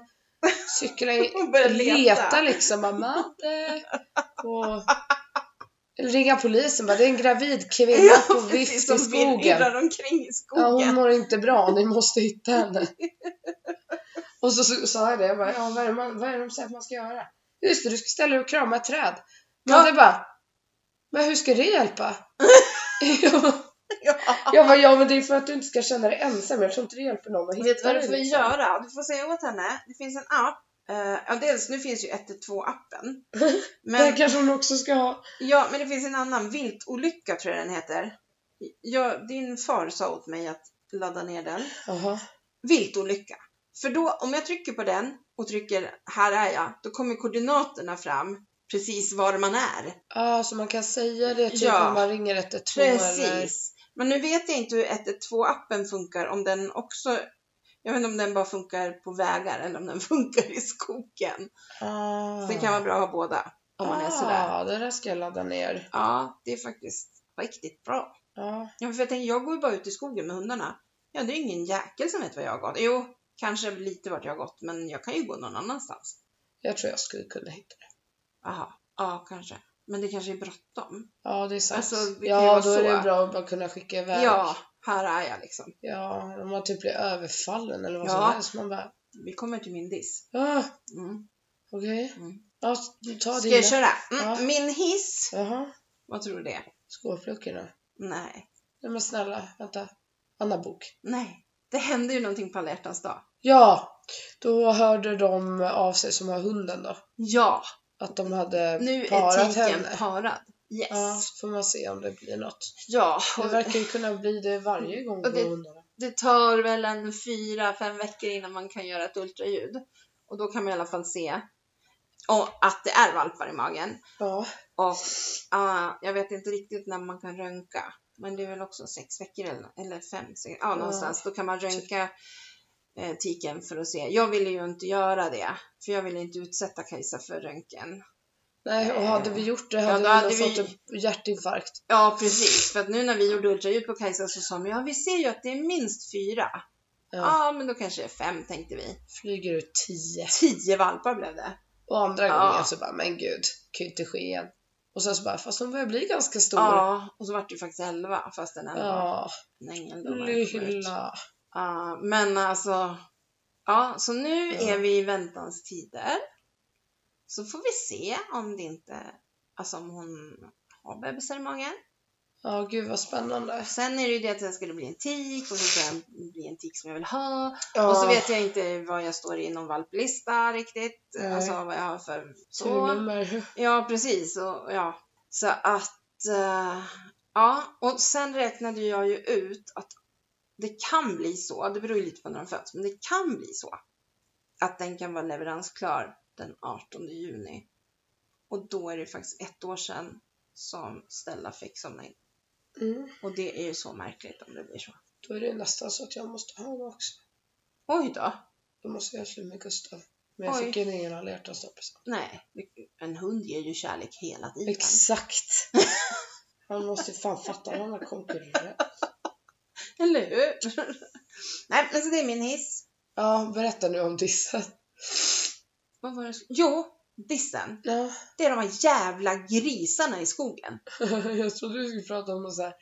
Cykla i, Hon börjar leta. leta. liksom, bara, Madde. Och eller ringa polisen bara, det är en gravid kvinna på vift i som vir- skogen. irrar omkring i skogen. Ja, hon mår inte bra, ni måste hitta henne. Och så, så sa jag det, jag bara, ja, vad, är det man, vad är det de säger att man ska göra? Just det, du ska ställa dig och krama ett träd. Men Ja. det bara, men hur ska det hjälpa? jag, bara- Ja. jag bara, ja men det är för att du inte ska känna dig ensam, jag tror inte det hjälper någon att hitta Vet du vad du dig, får liksom. göra? Du får säga åt henne. Det finns en app. Eh, ja, dels nu finns ju 112 appen. Där Men, kanske hon också ska ha. ja, men det finns en annan. Viltolycka tror jag den heter. Jag, din far sa åt mig att ladda ner den. Jaha. viltolycka. För då, om jag trycker på den och trycker här är jag, då kommer koordinaterna fram precis var man är. Ja, så man kan säga det typ Ja. om man ringer 112 eller... Precis. Men nu vet jag inte hur 112-appen funkar, om den också, jag vet inte om den bara funkar på vägar eller om den funkar i skogen. Ah. Så det kan vara bra att ha båda, om man är sådär. Ja, det där ska jag ladda ner. Ja, det är faktiskt riktigt bra. Ja. Ja, för jag tänker, jag går ju bara ut i skogen med hundarna. Ja, det är ingen jäkel som vet var jag har gått. Jo, kanske lite vart jag har gått, men jag kan ju gå någon annanstans. Jag tror jag skulle kunna hitta det. Aha, ja kanske. Men det kanske är bråttom. Ja, det är sant. Alltså, det kan ju ja, vara då är så. det bra att bara kunna skicka iväg. Ja, här är jag liksom. Ja, om man typ blir överfallen eller vad Ja. som helst. Man bara, Vi kommer till min diss. ah, Mm. okej. Mm. Ja, s- du tar Ska dina. jag köra? Mm. Ja. Min hiss. Jaha, Vad tror du det? är? skåpluckorna. Nej. Nej men snälla, vänta. Anna Bok. Nej. Det hände ju någonting på alla hjärtans dag. Ja, då hörde de av sig som har hunden då. Ja, Att de hade nu är parat tiken henne. parad. Yes. Ja, Ja, får man se om det blir något. Det och verkar ju kunna bli det varje gång Och det- på hundarna. det tar väl en fyra, fem veckor innan man kan göra ett ultraljud. Och då kan man i alla fall se och att det är valpar i magen. Ja, Och ah, jag vet inte riktigt när man kan röntga. Men det är väl också sex veckor eller, eller fem, sex, ja, någonstans. Då kan man röntga eh, tiken för att se. Jag ville ju inte göra det. För jag ville inte utsätta Kajsa för röntgen. nej och hade vi gjort det Ja, hade, då hade vi nog vi- fått en hjärtinfarkt. Ja, precis. För att nu när vi gjorde ultraljud på Kajsa så sa de, ja vi ser ju att det är minst fyra. Ja, Ja, men då kanske det är fem tänkte vi. Flyger ut tio. Tio valpar blev det. Och andra Ja. gången så bara, men gud, kan ju inte ske igen. Och sen så bara, fast hon börjar bli ganska stor. Ja, och så vart det ju faktiskt elva fast den ändå var Ja, en ängel. Då var det sjukt. lilla. Ja, men alltså, ja, så nu Ja. är vi i väntans tider. Så får vi se om det inte, alltså om hon har bebisar i magen. Ja, gud vad spännande. Sen är det ju det att jag skulle bli en tik och så ska jag bli en tik som jag vill ha. Ja, Och så vet jag inte vad jag står i någon valplista riktigt. Nej. Alltså vad jag har för så. Turnummer. Ja, precis. Och, ja. Så att, eh, ja. Och sen räknade jag ju ut att det kan bli så, det beror ju lite på när de föds, men det kan bli så att den kan vara leveransklar den 18 juni. Och då är det faktiskt ett år sedan som Stella fick somning. Mm. Och det är ju så märkligt om det blir så. Då är det nästan så att jag måste ha det också. Oj då! Då måste jag sluta med Gustav. Men jag Oj. fick ju ingen alla hjärtans dag present. Nej, en hund ger ju kärlek hela tiden. Exakt. Han måste ju fan fatta, han har konkurrens. Eller hur? Nej, men så det är min hiss. Ja, berätta nu om dissen. Vad var det? jag skulle- Jo, dissen. Ja, Det är de här jävla grisarna i skogen. jag trodde du skulle prata om någon så här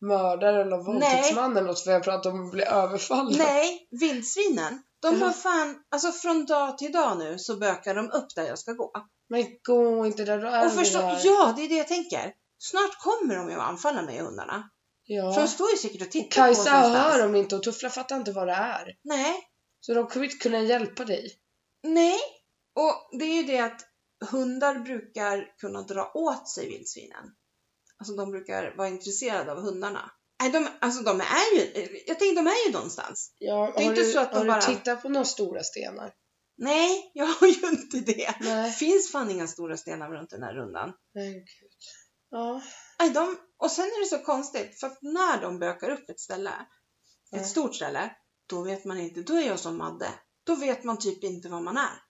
mördare eller våldtäktsman eller något för jag pratade om att bli överfallen. Nej, vildsvinen. De har Ja. fan, alltså från dag till dag nu så bökar de upp där jag ska gå. Men gå inte där, då är Och förstå, vi där. ja det är det jag tänker. Snart kommer de ju att anfalla mig hundarna. För de Ja. står ju säkert och tittar på oss Kajsa någonstans. hör dem inte och Tuffla fattar inte vad det är. Nej, Så de kommer inte kunna hjälpa dig. nej. Och det är ju det att hundar brukar kunna dra åt sig vildsvinen. Alltså de brukar vara intresserade av hundarna. Nej, de, alltså de är ju, jag tänker de är ju någonstans. Ja, Det är har inte du, så att de har bara- du tittat på några stora stenar? Nej, jag har ju inte det. Det Nej. finns fan inga stora stenar runt den här rundan. Men gud. Ja. Nej, de, och sen är det så konstigt, för att när de bökar upp ett ställe, Mm. ett stort ställe, då vet man inte, då är jag som Madde. Då vet man typ inte vad man är.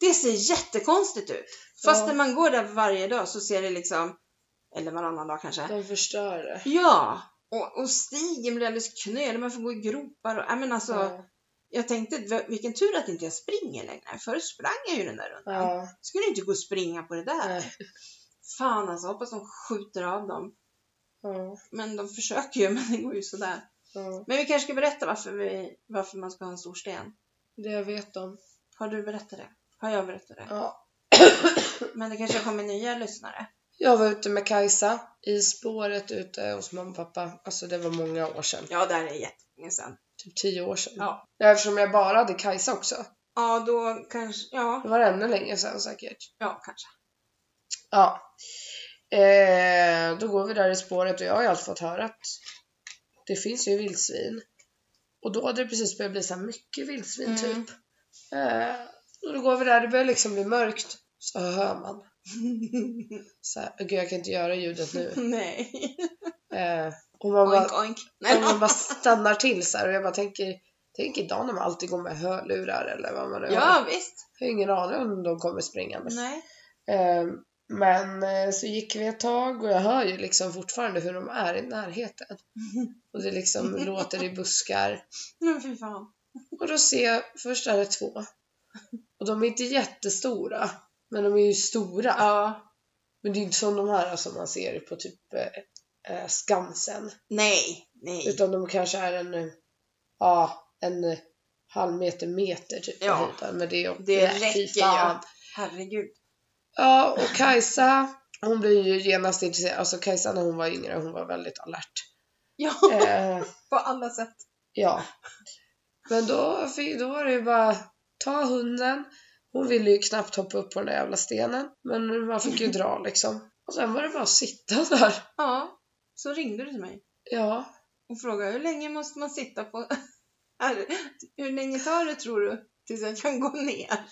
Det ser jättekonstigt ut. Fast Ja. när man går där varje dag så ser det liksom, eller varannan dag kanske. De förstör det. Ja! Och, och stigen blir alldeles knölig, man får gå i gropar och, nej men alltså, Ja. jag tänkte "V- vilken tur att inte jag springer längre. Förut sprang jag ju den där rundan. ja. skulle inte gå och springa på det där. Nej. Fan alltså, hoppas de skjuter av dem. Ja. Men de försöker ju, men det går ju sådär. Ja. Men vi kanske ska berätta varför, vi, varför man ska ha en stor sten. Det vet de. Har du berättat det? Har jag berättat det? Ja. Men det kanske kommer nya lyssnare. Jag var ute med Kajsa i spåret ute hos mamma och pappa. Alltså det var många år sedan. Ja, det här är jättelänge sedan. Typ tio år sedan. Ja. Eftersom jag bara hade Kajsa också. Ja, då kanske... Ja, Det var ännu längre sedan säkert. ja kanske. Ja. Eh, då går vi där i spåret och jag har ju alltid fått höra att det finns ju vildsvin. Och då hade det precis börjat bli så här mycket vildsvin Mm. typ. Eh, och då går vi där, det börjar liksom bli mörkt. Så hör man. Så här, Gud jag kan inte göra ljudet nu. Nej. Eh, och man bara, Oink, oink. Nej, och man bara stannar till så här och jag bara tänker Tänk idag när man alltid går med hörlurar eller vad man nu har. Ja, visst. Jag har ingen aning om de kommer springandes. Nej. Eh, Men eh, så gick vi ett tag och jag hör ju liksom fortfarande hur de är i närheten. Och det liksom låter i buskar. Men fy fan. Och då ser jag, först är det två. Och de är inte jättestora, men de är ju stora. Ja. Men det är ju inte som de här som man ser på typ eh, eh, Skansen. Nej. Nej. Utan de kanske är en, eh, ja, en eh, halv meter, meter typ på Ja. höjden. Men det, är- Det nej, fy räcker ju. fan. Herregud. Ja, och Kajsa, hon blev ju genast intresserad. Alltså Kajsa när hon var yngre, hon var väldigt alert. Ja, Eh, på alla sätt. ja. Men då, fick, då var det ju bara ta hunden. Hon ville ju knappt hoppa upp på den där jävla stenen. Men man fick ju dra liksom. Och sen var det bara att sitta där. Ja. Så ringde du till mig Ja, och frågade hur länge måste man sitta på... Här, hur länge tar det tror du tills jag kan gå ner?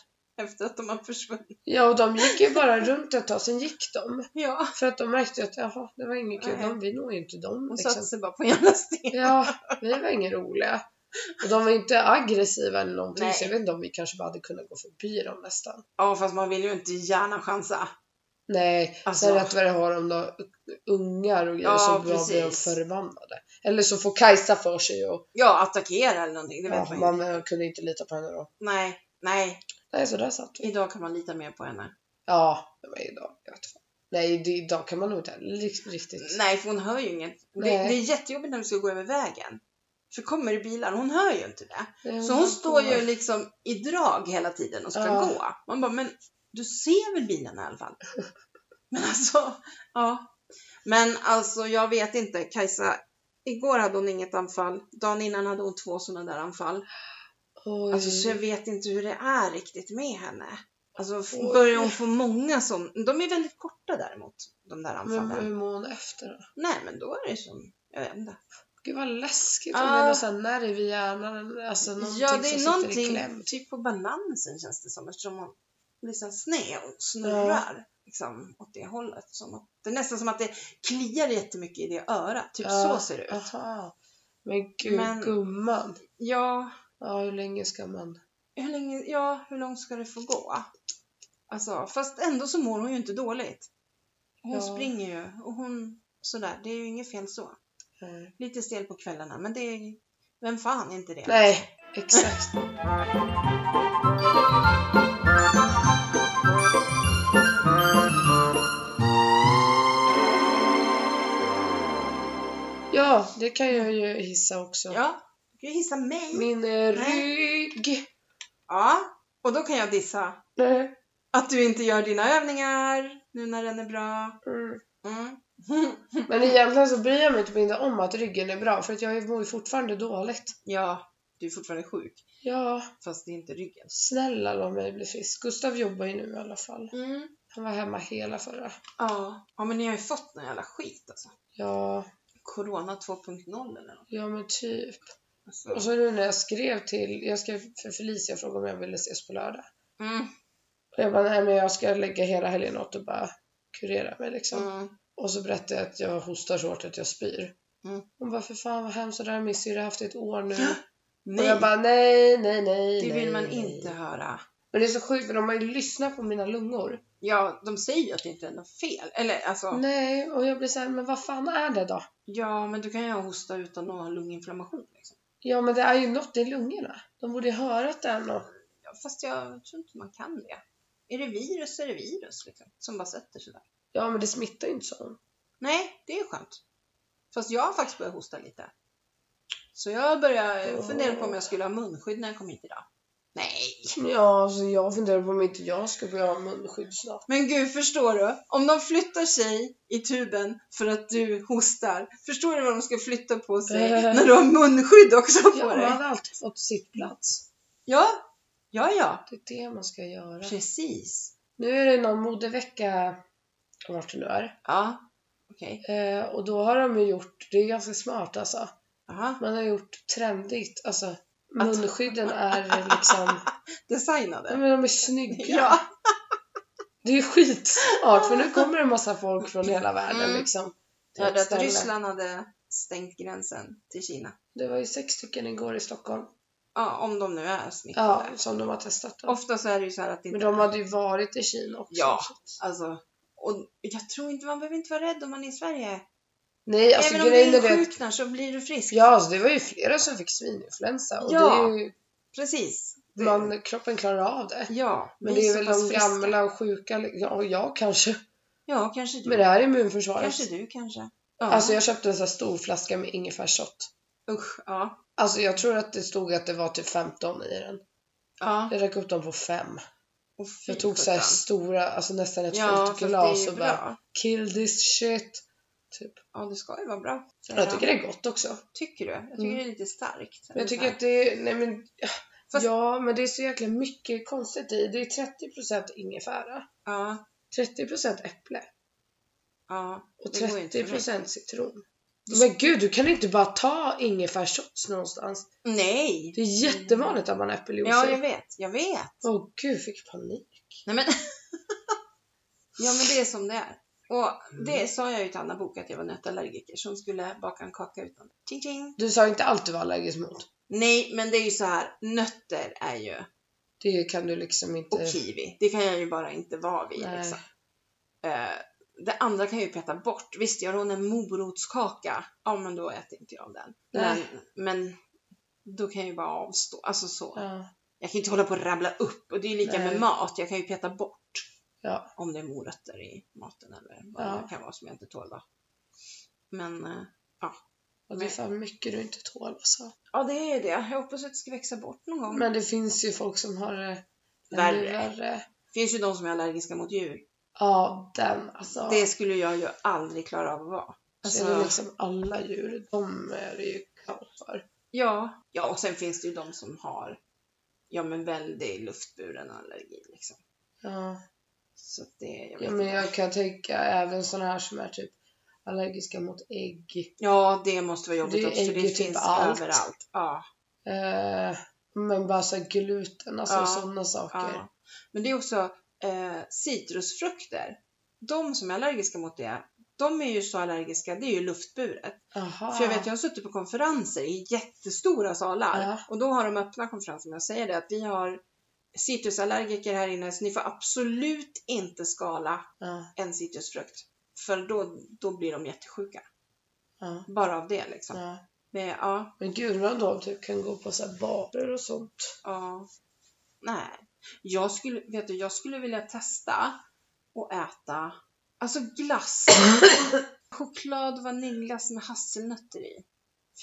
Efter att de har försvunnit. ja och de gick ju bara runt ett tag, sen gick de. Ja. För att de märkte att jaha, det var inget kul. Nej. De, vi når ju inte dem. Och Liksom. satte sig bara på en jävla sten. Ja, vi var inga roliga. Och de var inte aggressiva eller någonting Nej. så jag vet inte om vi kanske bara hade kunnat gå förbi dem nästan. Ja, fast man vill ju inte gärna chansa. Nej, Alltså. sen rätt vad det har de då ungar och grejer Ja, så bra blir de precis. förbannade. Eller så får Kajsa för sig och Ja, attackera eller någonting. Det vet ja, man ju man inte. eh, kunde inte lita på henne då. Nej, nej. Nej, så där satt vi. Idag kan man lita mer på henne. Ja, det var idag. Jag vet fan. Nej, det, idag kan man nog inte heller rikt- riktigt. Nej, för hon hör ju inget. Det, Nej. det är jättejobbigt när du ska gå över vägen. För kommer det bilar, hon hör ju inte det. Nej, Så hon står ju liksom i drag hela tiden och ska Ja. gå. Man bara, men du ser väl bilen i alla fall? men alltså, ja. Men alltså, jag vet inte. Kajsa, igår hade hon inget anfall. Dagen innan hade hon två sådana där anfall. Oj. Alltså, så jag vet inte hur det är riktigt med henne. Alltså, f- Oj. börjar hon få många som... De är väldigt korta däremot, de där men anfallen. hur mår hon efter då? Nej, men då är det som... Jag vet inte. Gud vad läskigt om Ja. det är någon sån här nerv i hjärnan. eller- Alltså någonting Ja, det som är sitter i någonting kläm. typ på balansen känns det som eftersom hon blir så här sned och snurrar liksom, åt det hållet. Som att, det är nästan som att det kliar jättemycket i det örat. Typ Ja. så ser det ut. Aha. Men gud Men- gumman. Ja, Ja, hur länge ska man? hur länge, ja, hur långt ska det få gå? Alltså, fast ändå så mår hon ju inte dåligt. Hon Ja. springer ju och hon sådär, det är ju inget fel så. Nej. Lite stel på kvällarna, men det är, vem fan är inte det? Nej, exakt. Ja, det kan jag ju hissa också. Ja, du kan ju hissa mig. Min eh, rygg. Ja, och då kan jag dissa Nej. Att du inte gör dina övningar nu när den är bra. Mm. Mm. Men egentligen så bryr jag mig typ inte om att ryggen är bra för att jag mår ju fortfarande dåligt. Ja, du är fortfarande sjuk. Ja, Fast det är inte ryggen. snälla låt mig bli frisk. Gustav jobbar ju nu i alla fall. Mm. Han var hemma hela förra. Ja. ja, men ni har ju fått någon jävla skit alltså. Ja, Corona 2.0 eller något. ja men typ. Alltså. Och så nu när jag skrev till, jag skrev för Felicia och frågade om jag ville ses på lördag. Mm. Och jag bara, nej men jag ska lägga hela helgen åt och bara kurera mig liksom. Mm. Och så berättade jag att jag hostar så hårt att jag spyr. Mm. Hon bara, för fan vad hemskt, det där har min syrra haft i ett år nu. Nej, och jag bara, nej, nej, nej, det nej, vill man nej. inte höra. Men det är så sjukt, för de har ju lyssnat på mina lungor. Ja, de säger ju att det inte är något fel. Eller alltså, Mm. Nej, och jag blir såhär, men vad fan är det då? ja men du kan ju hosta utan att ha lunginflammation. Liksom. Ja men det är ju något i lungorna. De borde ju höra att det är något. Ja, fast jag tror inte man kan det. Är det virus så är det virus liksom. Som bara sätter sig där. Ja men det smittar ju inte så. Nej, det är skönt. Fast jag har faktiskt börjat hosta lite. Så jag börjar fundera på om jag skulle ha munskydd när jag kom hit idag. Nej. Ja, så jag funderar på om inte jag ska börja ha munskydd snart. Men gud, förstår du? Om de flyttar sig i tuben för att du hostar, förstår du vad de ska flytta på sig Eh. när du har munskydd också Ja, på man dig? hade alltid fått sitt plats. Ja, ja, ja. Det är det man ska göra. Precis. Nu är det någon modevecka, vart det nu är. Ja, okej. Eh, och då har de ju gjort, det är ganska smart alltså. Aha. Man har gjort trendigt, alltså munskydden är liksom, nej Designade. men de är snygga. Ja. Det är ju skitsmart för nu kommer det en massa folk från hela världen Mm. liksom. till Hörde ett att ställe. Ryssland hade stängt gränsen till Kina. Det var ju sex stycken igår i Stockholm. Ja, om de nu är Ja, smittade. som de har testat. Då. Ofta så är det ju så här att det Men inte... de hade ju varit i Kina också. Ja. så att- Alltså, och jag tror inte, man behöver inte vara rädd om man är i Sverige. Nej, alltså Även om grejen du är det insjuknar så blir du frisk. Ja, alltså, det var ju flera som fick svininfluensa och det Ja. är ju, Precis. Det- man, kroppen klarar av det. Ja, Men vi det är så väl pass de friska. gamla och sjuka, li- ja, och jag kanske, Ja, kanske du. med det här immunförsvaret. kanske du kanske. Ja. Alltså jag köpte en sån här stor flaska med ingefärsshot. Usch, ja. Alltså jag tror att det stod att det var typ 15 i den. Ja. Jag drack upp dem på fem. Och fy Jag tog så här sjutton. stora, alltså nästan ett Ja, fullt för det är glas ju och bara bra. kill this shit. Typ. Ja, det ska ju vara bra. Så Jag tycker det är gott också. tycker du? Jag tycker Mm. det är lite starkt. Men jag tycker att det är, nej men, Fast- ja men det är så jäkla mycket konstigt i. Det är 30% ingefära, Ja, 30% äpple ja. och Det går ju inte för mig. 30% citron. Men gud, du kan inte bara ta ingefärshots någonstans. Nej! Det är jättevanligt att man har äppeljuice Ja, i. jag vet. Jag vet. Åh gud, fick panik. Nej men. ja men det är som det är. Mm. Och det sa jag ju till Anna Bok att jag var nötallergiker som skulle baka en kaka utan. Tjing, tjing. Du sa inte allt du var allergisk mot. Nej men det är ju så här. nötter är ju Det kan du liksom inte... och kiwi. Det kan jag ju bara inte vara vid Nej. liksom. Eh, det andra kan jag ju peta bort. Visst gör hon en morotskaka, ja men då äter inte jag den. Men, Nej. men då kan jag ju bara avstå. Alltså så. Ja. Jag kan inte hålla på och rabbla upp och det är ju lika Nej. med mat. Jag kan ju peta bort Ja. om det är morötter i maten eller vad Ja. det kan vara som jag inte tål. Då. Men eh, Och det är fan mycket du inte tål alltså. ja, det är ju det. Jag hoppas att det ska växa bort någon gång. Men det finns ju folk som har eh, det ännu Värre. värre. Det finns ju de som är allergiska mot djur. Ja, den alltså. Det skulle jag ju aldrig klara av att vara. Alltså, det är Alltså, liksom alla djur, de är det ju kaos för. ja. ja, och sen finns det ju de som har ja, men väldigt luftburen allergi. Liksom. Ja. Så att det, jag vet ja, men inte. jag kan tänka även sådana här som är typ allergiska mot ägg. ja, det måste vara jobbigt Det också. är Det ju typ finns allt. överallt. Ja, Eh, men bara så här gluten, alltså Ja. sådana saker. ja. Men det är också eh, citrusfrukter. De som är allergiska mot det, de är ju så allergiska, det är ju luftburet. Aha. För jag vet, jag har suttit på konferenser i jättestora salar Ja. och då har de öppna konferenser med att säga det att vi har citrusallergiker här inne så ni får absolut inte skala Ja, en citrusfrukt. För då, då blir de jättesjuka. ja, Bara av det liksom. ja. Det, ja, Men gud vad de typ kan gå på så här barer och sånt. ja. Nej. Jag skulle, vet du, jag skulle vilja testa och äta, alltså glass. Choklad och vaniljglass med hasselnötter i.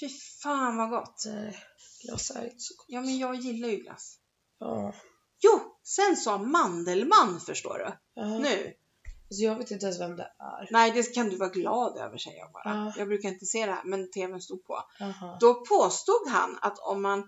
Fy fan vad gott. Nej, glass Eh, är inte så gott. Ja, men jag gillar ju glass. Ja. Jo, sen sa Mandelmann förstår du. Ja. Nu. Alltså, jag vet inte ens vem det är. Nej, det kan du vara glad över säger jag bara. Ja. Jag brukar inte se det här, men tvn stod på. Aha. Då påstod han att om man,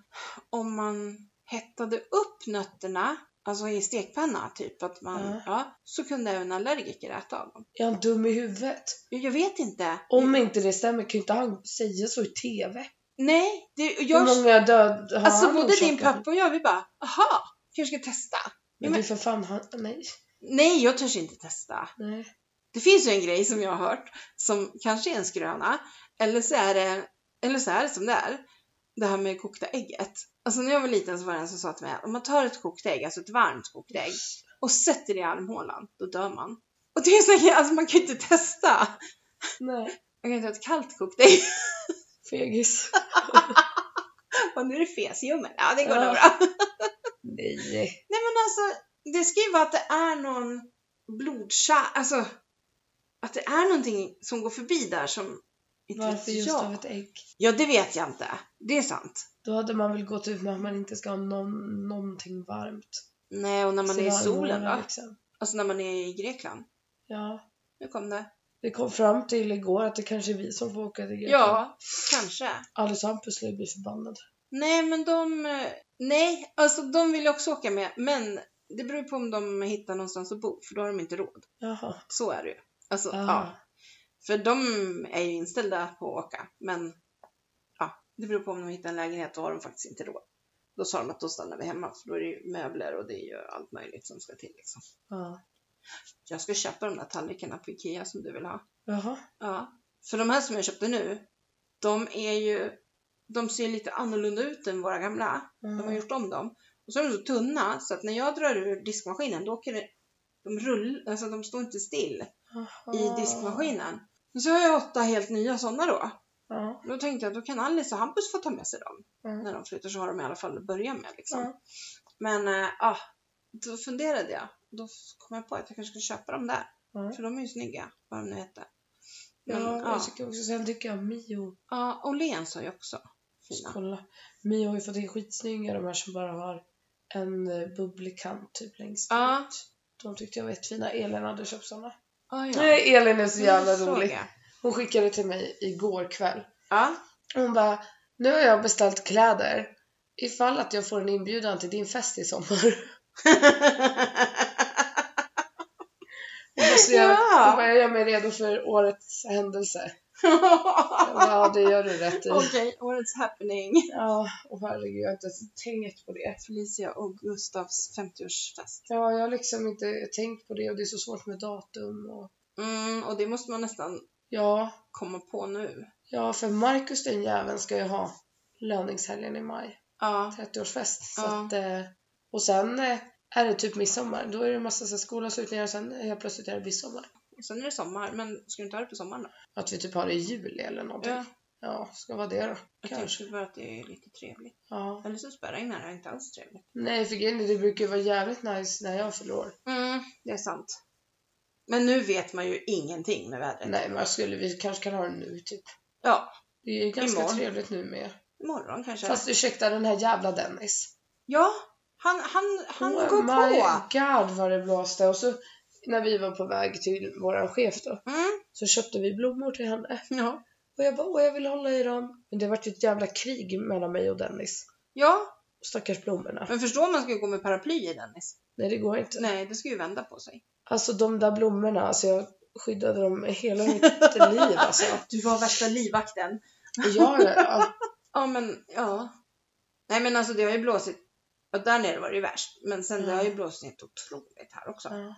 om man hettade upp nötterna, alltså i stekpanna typ, att man, Ja. ja. så kunde även allergiker äta av dem. Är han dum i huvudet? Jag jag vet inte. Om inte det stämmer kan ju inte han säga så i TV. Nej, det, Hur jag, många död har alltså han både din orsakat? pappa och jag, vi bara, aha, kanske ska testa. Men det är för fan han, nej. Nej, jag törs inte testa. nej. Det finns ju en grej som jag har hört som kanske är en skröna eller så är det, eller så är det som det är. Det här med kokta ägget. Alltså när jag var liten så var det en som sa till mig att om man tar ett kokt ägg, alltså ett varmt kokt ägg och sätter det i armhålan, då dör man. Och det är så här, alltså man kan ju inte testa. Nej. Man kan inte ha ett kallt kokt ägg. Fegis. Och nu är det fesljummen. Ja, det går Ja. nog bra. Nej. Nej men alltså, det ska ju vara att det är någon blodkärl, alltså att det är någonting som går förbi där som inte Varför vet just jag. av ett ägg? Ja, det vet jag inte. Det är sant. Då hade man väl gått ut med att man inte ska ha någon, någonting varmt. Nej, och när man är i Sedan solen morgonen, va? Liksom. Alltså när man är i Grekland. Ja. Nu kom det. Vi kom fram till igår att det kanske är vi som får åka till Grekland. Ja, kanske. Alice och Hampus lär ju bli förbannade. Nej, men de... eh, Nej, alltså de vill jag också åka med. Men det beror på om de hittar någonstans att bo, för då har de inte råd. Jaha. Så är det ju. Alltså, Ah. ja. För de är ju inställda på att åka, men ja, det beror på om de hittar en lägenhet, då har de faktiskt inte råd. Då sa de att då stannar vi hemma, för då är det ju möbler och det är ju allt möjligt som ska till. Liksom. Ja. Jag ska köpa de där tallrikarna på Ikea som du vill ha. Jaha. Ja. För de här som jag köpte nu, de är ju, de ser lite annorlunda ut än våra gamla. Mm. De har gjort om dem. Och så är de så tunna så att när jag drar ur diskmaskinen då åker det, de rull, alltså de står inte still Jaha. i diskmaskinen. Men så har jag åtta helt nya sådana då. Ja. Då tänkte jag då kan Alice och Hampus få ta med sig dem. Mm. När de flyttar så har de i alla fall att börja med liksom. Ja. Men eh, ah, då funderade jag. Då kom jag på att jag kanske skulle köpa dem där. Mm. För de är ju snygga, vad de nu heter. Men, Ja, ja. jag tycker också, sen tycker jag Mio, Ja, Åhléns har ju också fina. kolla. Mio har ju fått det skitsnygga de här som bara har en eh, bubblig kant typ längst Ja. ut. De tyckte jag var jättefina. Elin hade köpt såna. Ah, ja. Nej, Elin är så jävla Men fråga. rolig. Hon skickade till mig igår kväll. Ja, Hon bara, nu har jag beställt kläder ifall att jag får en inbjudan till din fest i sommar. Hon bara, så jag, Ja. hon bara, jag gör mig redo för årets händelse. Jag bara, ja, det gör du rätt i. Okej, årets happening. Ja, och herregud, jag har inte ens tänkt på det. Felicia och Gustavs 50-årsfest. Ja, jag har liksom inte tänkt på det och det är så svårt med datum och Mm, och det måste man nästan ja, komma på nu. ja, för Markus den jäveln ska ju ha löningshelgen i maj, Ja, 30-årsfest. Så Ja. att, eh, och sen eh, är det typ midsommar, då är det en massa så här skolavslutningar och sen helt plötsligt är det midsommar. och sen är det sommar, men ska du inte ha det på sommaren då? Att vi typ har det i juli eller någonting. Ja. Ja, ska vara det då. Jag Kanske. tycker bara att det är lite trevligt. Ja. Eller så spöregnar det inte alls trevligt. Nej, för grejen är, det brukar ju vara jävligt nice när jag fyller år. Mm, det är sant. Men nu vet man ju ingenting med vädret. Nej, men jag skulle, vi kanske kan ha det nu typ. Ja, Det är ju ganska Imorgon. trevligt nu med. imorgon kanske. Fast ursäkta, den här jävla Dennis. Ja, han, han, han oh går my på! god vad det blåste. Och så när vi var på väg till våran chef då, Mm, så köpte vi blommor till henne. ja. Och jag bara, åh jag vill hålla i dem. Men det vart ju ett jävla krig mellan mig och Dennis. ja, Stackars blommorna. men förstår man ska ju gå med paraply i Dennis. Nej, det går inte. Nej, det ska ju vända på sig. Alltså de där blommorna, alltså jag skyddade dem med hela mitt liv alltså. Du var värsta livvakten. Ja, ja, ja. Ja, men ja. Nej, men alltså det har ju blåsit. Och där nere var det ju värst. Men sen det Mm. har ju blåsit otroligt här också. ja.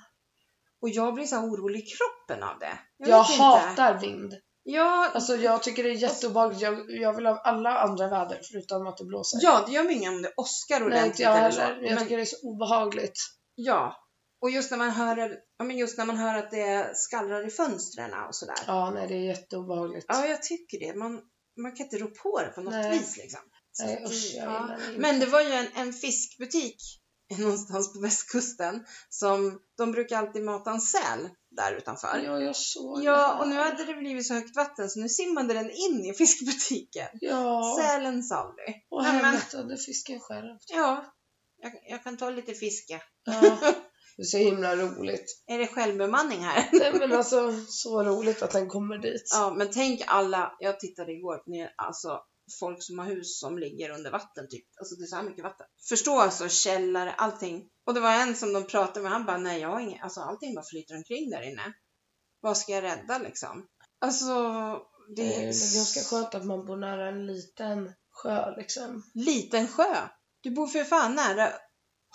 Och jag blir så här orolig i kroppen av det. Jag, vet inte. hatar vind. Ja, Alltså jag tycker det är jätteobehagligt. Jag, jag vill ha alla andra väder förutom att det blåser. ja, det gör mig inget om det åskar Nej, ordentligt inte jag eller så. heller. Men jag Men, tycker det är så obehagligt. ja. Och just när man hör, ja, men just när man hör att det skallrar i fönstren och sådär. Ja. Ja, nej det är jätteobehagligt. ja, jag tycker det. Man, man kan inte rå på det på något Nej. vis liksom. Så Nej, att det- usch, jag ja. gillar det inte. Men det var ju en, en fiskbutik någonstans på västkusten som de brukar alltid mata en säl där utanför. Ja, jag såg Ja, och nu det. här. hade det blivit så högt vatten så nu simmade den in i fiskbutiken. Ja, Sälen Sally. och Nej, men- helvete hade fisken själv. Ja, jag, jag kan ta lite fiske. Ja. Det är så himla roligt. Är det självbemanning här? Nej men alltså, så roligt att den kommer dit. Ja, men tänk alla, jag tittade igår på ner, alltså folk som har hus som ligger under vatten typ. Alltså det är så här mycket vatten. Förstå alltså källare, allting. Och det var en som de pratade med, han bara nej jag har inget, alltså allting bara flyter omkring där inne. Vad ska jag rädda liksom? Alltså det Det är är Eh, ganska skönt att man bor nära en liten sjö liksom. liten sjö. Du bor för fan nära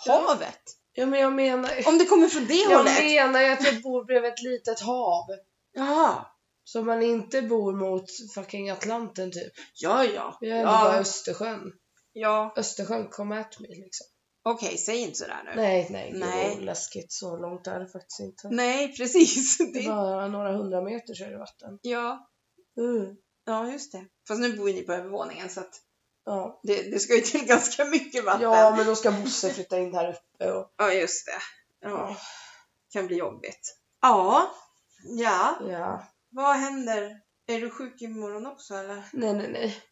Ja. havet. Ja men jag menar Om det kommer från det Jag hållet. menar ju att jag bor bredvid ett litet hav. Jaha. Så man inte bor mot fucking Atlanten typ. Ja, ja. Jag är ändå Ja. bara Östersjön. Ja, Östersjön kom at me liksom. okej, säg inte sådär nu. Nej, Nej, nej, Nej. nej. Gud, läskigt. Så långt är det faktiskt inte. precis. Det är Det... bara några hundra meter så är det vatten. Ja. Mm. ja, just det. Fast nu bor ju ni på övervåningen så att Ja. det, det ska ju till ganska mycket vatten. ja, men då ska Bosse flytta in här uppe och... Ja, just det. Ja. Kan bli jobbigt. Ja. Ja. Ja. Vad händer? Är du sjuk imorgon också eller? Nej, nej, nej.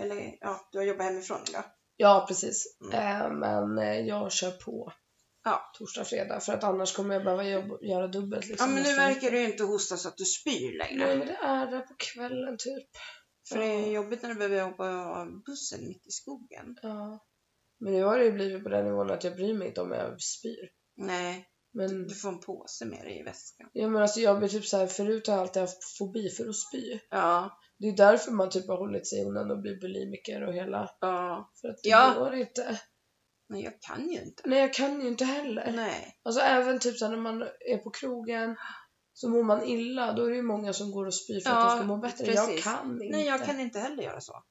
Eller ja, du har jobbat hemifrån idag. Ja, precis. Mm. Eh, men eh, jag kör på Ja. torsdag, fredag för att annars kommer jag behöva jobba, göra dubbelt. Ja, Liksom, men nu nästa vecka. verkar du ju inte hosta så att du spyr Nej, men längre. det är där på kvällen typ. För det är jobbigt när du behöver hoppa av bussen mitt i skogen. Ja. Men nu har det ju blivit på den nivån att jag bryr mig inte om jag spyr. Nej, Men, du får en påse med dig i väskan. ja, men alltså, jag blir typ så här, förut har jag alltid haft fobi för att spy. Ja, Det är därför man typ har hållit sig undan och blivit bulimiker och hela. ja. För att det Ja. går inte. Nej, jag kan ju inte. Nej, jag kan ju inte heller. Nej. Alltså även typ så här, när man är på krogen så mår man illa. Då är det ju många som går och spyr för att Ja, de ska må bättre. Jag precis. kan inte. Nej, jag kan inte heller göra så.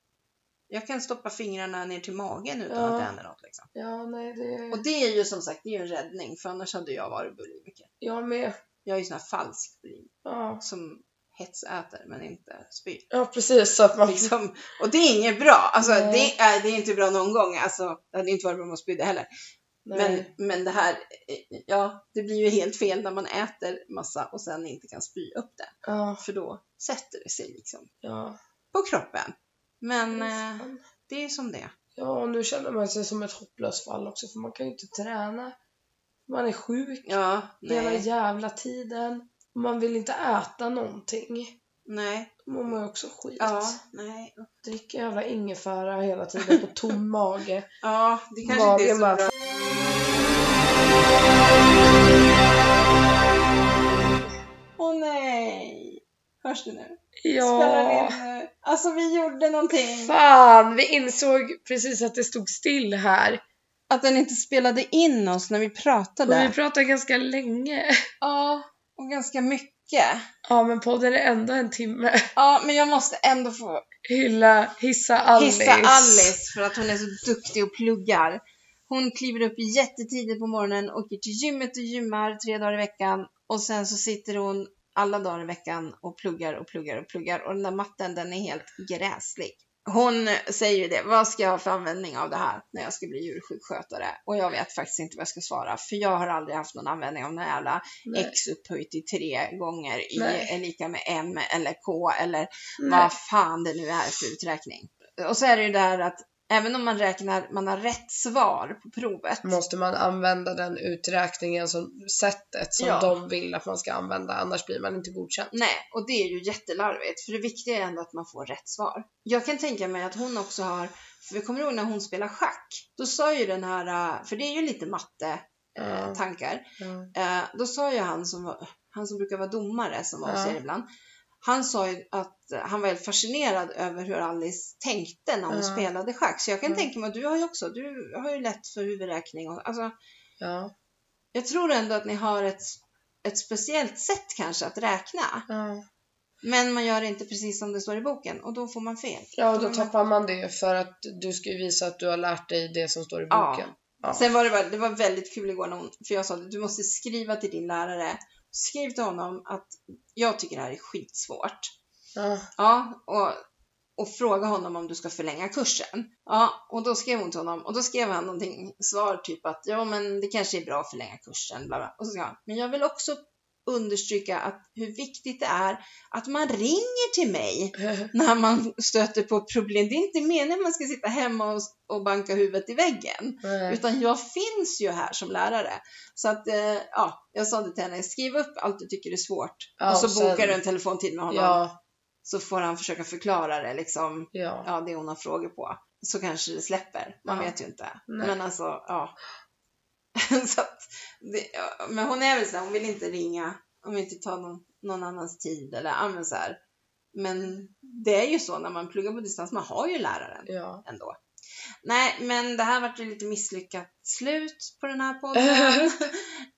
Jag kan stoppa fingrarna ner till magen utan Ja. att det händer något. Liksom. Ja, nej, det... Och det är ju som sagt det är ju en räddning, för annars hade jag varit bulimiker. Jag med. Jag är ju sån här falsk bulim Ja. som hetsäter men inte spyr. ja, precis. Så att man... Liksom. Och det är inget bra. Alltså, Nej. det, är, det är inte bra någon gång. Alltså, det hade inte varit bra om man spydde heller. Men, Nej. men det här, eh, ja, det blir ju helt fel när man äter massa och sen inte kan spy upp det. Ja, För då sätter det sig liksom ja. på kroppen. Men eh, det är som det är. Ja, och nu känner man sig som ett hopplöst fall också för man kan ju inte träna. Man är sjuk Ja, hela nej. jävla tiden. Och Man vill inte äta någonting. Nej, Då mår man ju också skit. ja, nej. Dricker jävla ingefära hela tiden på tom mage. Ja, det kanske inte Magen är så bara... bra. Åh nej! Hörs det nu? Spelar Ja. det in nu? Alltså vi gjorde någonting. Fan, vi insåg precis att det stod still här. Att den inte spelade in oss när vi Och vi pratade. pratade ganska länge. Ja, och ganska mycket. Ja, men podden är ändå en timme. Ja, men jag måste ändå få Hylla, hissa Alice. hissa Alice för att hon är så duktig och pluggar. Hon kliver upp jättetidigt på morgonen, åker till gymmet och gymmar tre dagar i veckan och sen så sitter hon alla dagar i veckan och pluggar och pluggar och pluggar och den där matten den är helt gräslig. Hon säger ju det, vad ska jag ha för användning av det här när jag ska bli djursjukskötare? Och jag vet faktiskt inte vad jag ska svara för jag har aldrig haft någon användning av den här jävla Nej, x upphöjt till tre gånger i Nej. är lika med m eller k eller nej. vad fan det nu är för uträkning. Och så är det ju det här att även om man räknar, man har rätt svar på provet. Måste man använda den uträkningen som sättet som Ja. de vill att man ska använda annars blir man inte godkänd. Nej, och det är ju jättelarvigt för det viktiga är ändå att man får rätt svar. Jag kan tänka mig att hon också har, för vi kommer ihåg när hon spelar schack, då sa ju den här, äh, för det är ju lite matte eh, Ja. tankar, Ja. eh, då sa ju han som, var- han som brukar vara domare som var hos Ja. er ibland, han sa ju att eh, han var helt fascinerad över hur Alice tänkte när hon Ja. spelade schack. Så jag kan Ja. tänka mig att du har ju också, du har ju lätt för huvudräkning och alltså, Ja. jag tror ändå att ni har ett, ett speciellt sätt kanske att räkna. Ja. Men man gör inte precis som det står i boken och då får man fel. ja, och Då då är man- tappar man det för att du ska ju visa att du har lärt dig det som står i Ja. boken. Ja. Sen var det, bara, det var väldigt kul igår när hon, för jag sa att du måste skriva till din lärare. Skriv till honom att jag tycker det här är skitsvårt. Ja. Ja, och, och fråga honom om du ska förlänga kursen. Ja, och då skrev hon till honom och då skrev han någonting, svar typ att ja men det kanske är bra att förlänga kursen, bla bla. Och så sa han, men jag vill också understryka att hur viktigt det är att man ringer till mig när man stöter på problem. Det är inte meningen att man ska sitta hemma och, och banka huvudet i väggen. Nej. Utan jag finns ju här som lärare. Så att, eh, ja, jag sa det till henne, skriv upp allt du tycker är svårt. Ja, och så och sen- bokar du en telefontid med honom Ja, så får han försöka förklara det, liksom, ja. ja, det hon har frågor på. Så kanske det släpper, man Ja. vet ju inte. Nej. Men alltså, ja. så att, det, ja, men hon är väl så här, hon vill inte ringa, hon vill inte ta någon, någon annans tid eller ja, men så här. Men det är ju så när man pluggar på distans, man har ju läraren ja. ändå. Nej, men det här vart ju lite misslyckat slut på den här podden.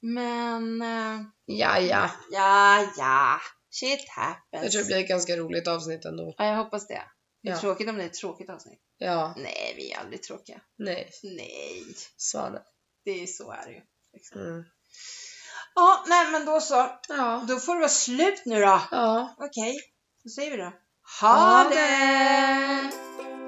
men, eh, Ja, ja. ja, ja. Shit happens. Jag tror det blir ett ganska roligt avsnitt ändå. Ja, jag hoppas det. Det är Ja. tråkigt om det är ett tråkigt avsnitt. Ja, Nej, vi är aldrig tråkiga. nej. Nej, Svanen. det är så är det ju. liksom. Mm. Ja, nej men då så. Ja. Då får det vara slut nu då. Ja. Okej, då säger vi då. Ha, Ha det!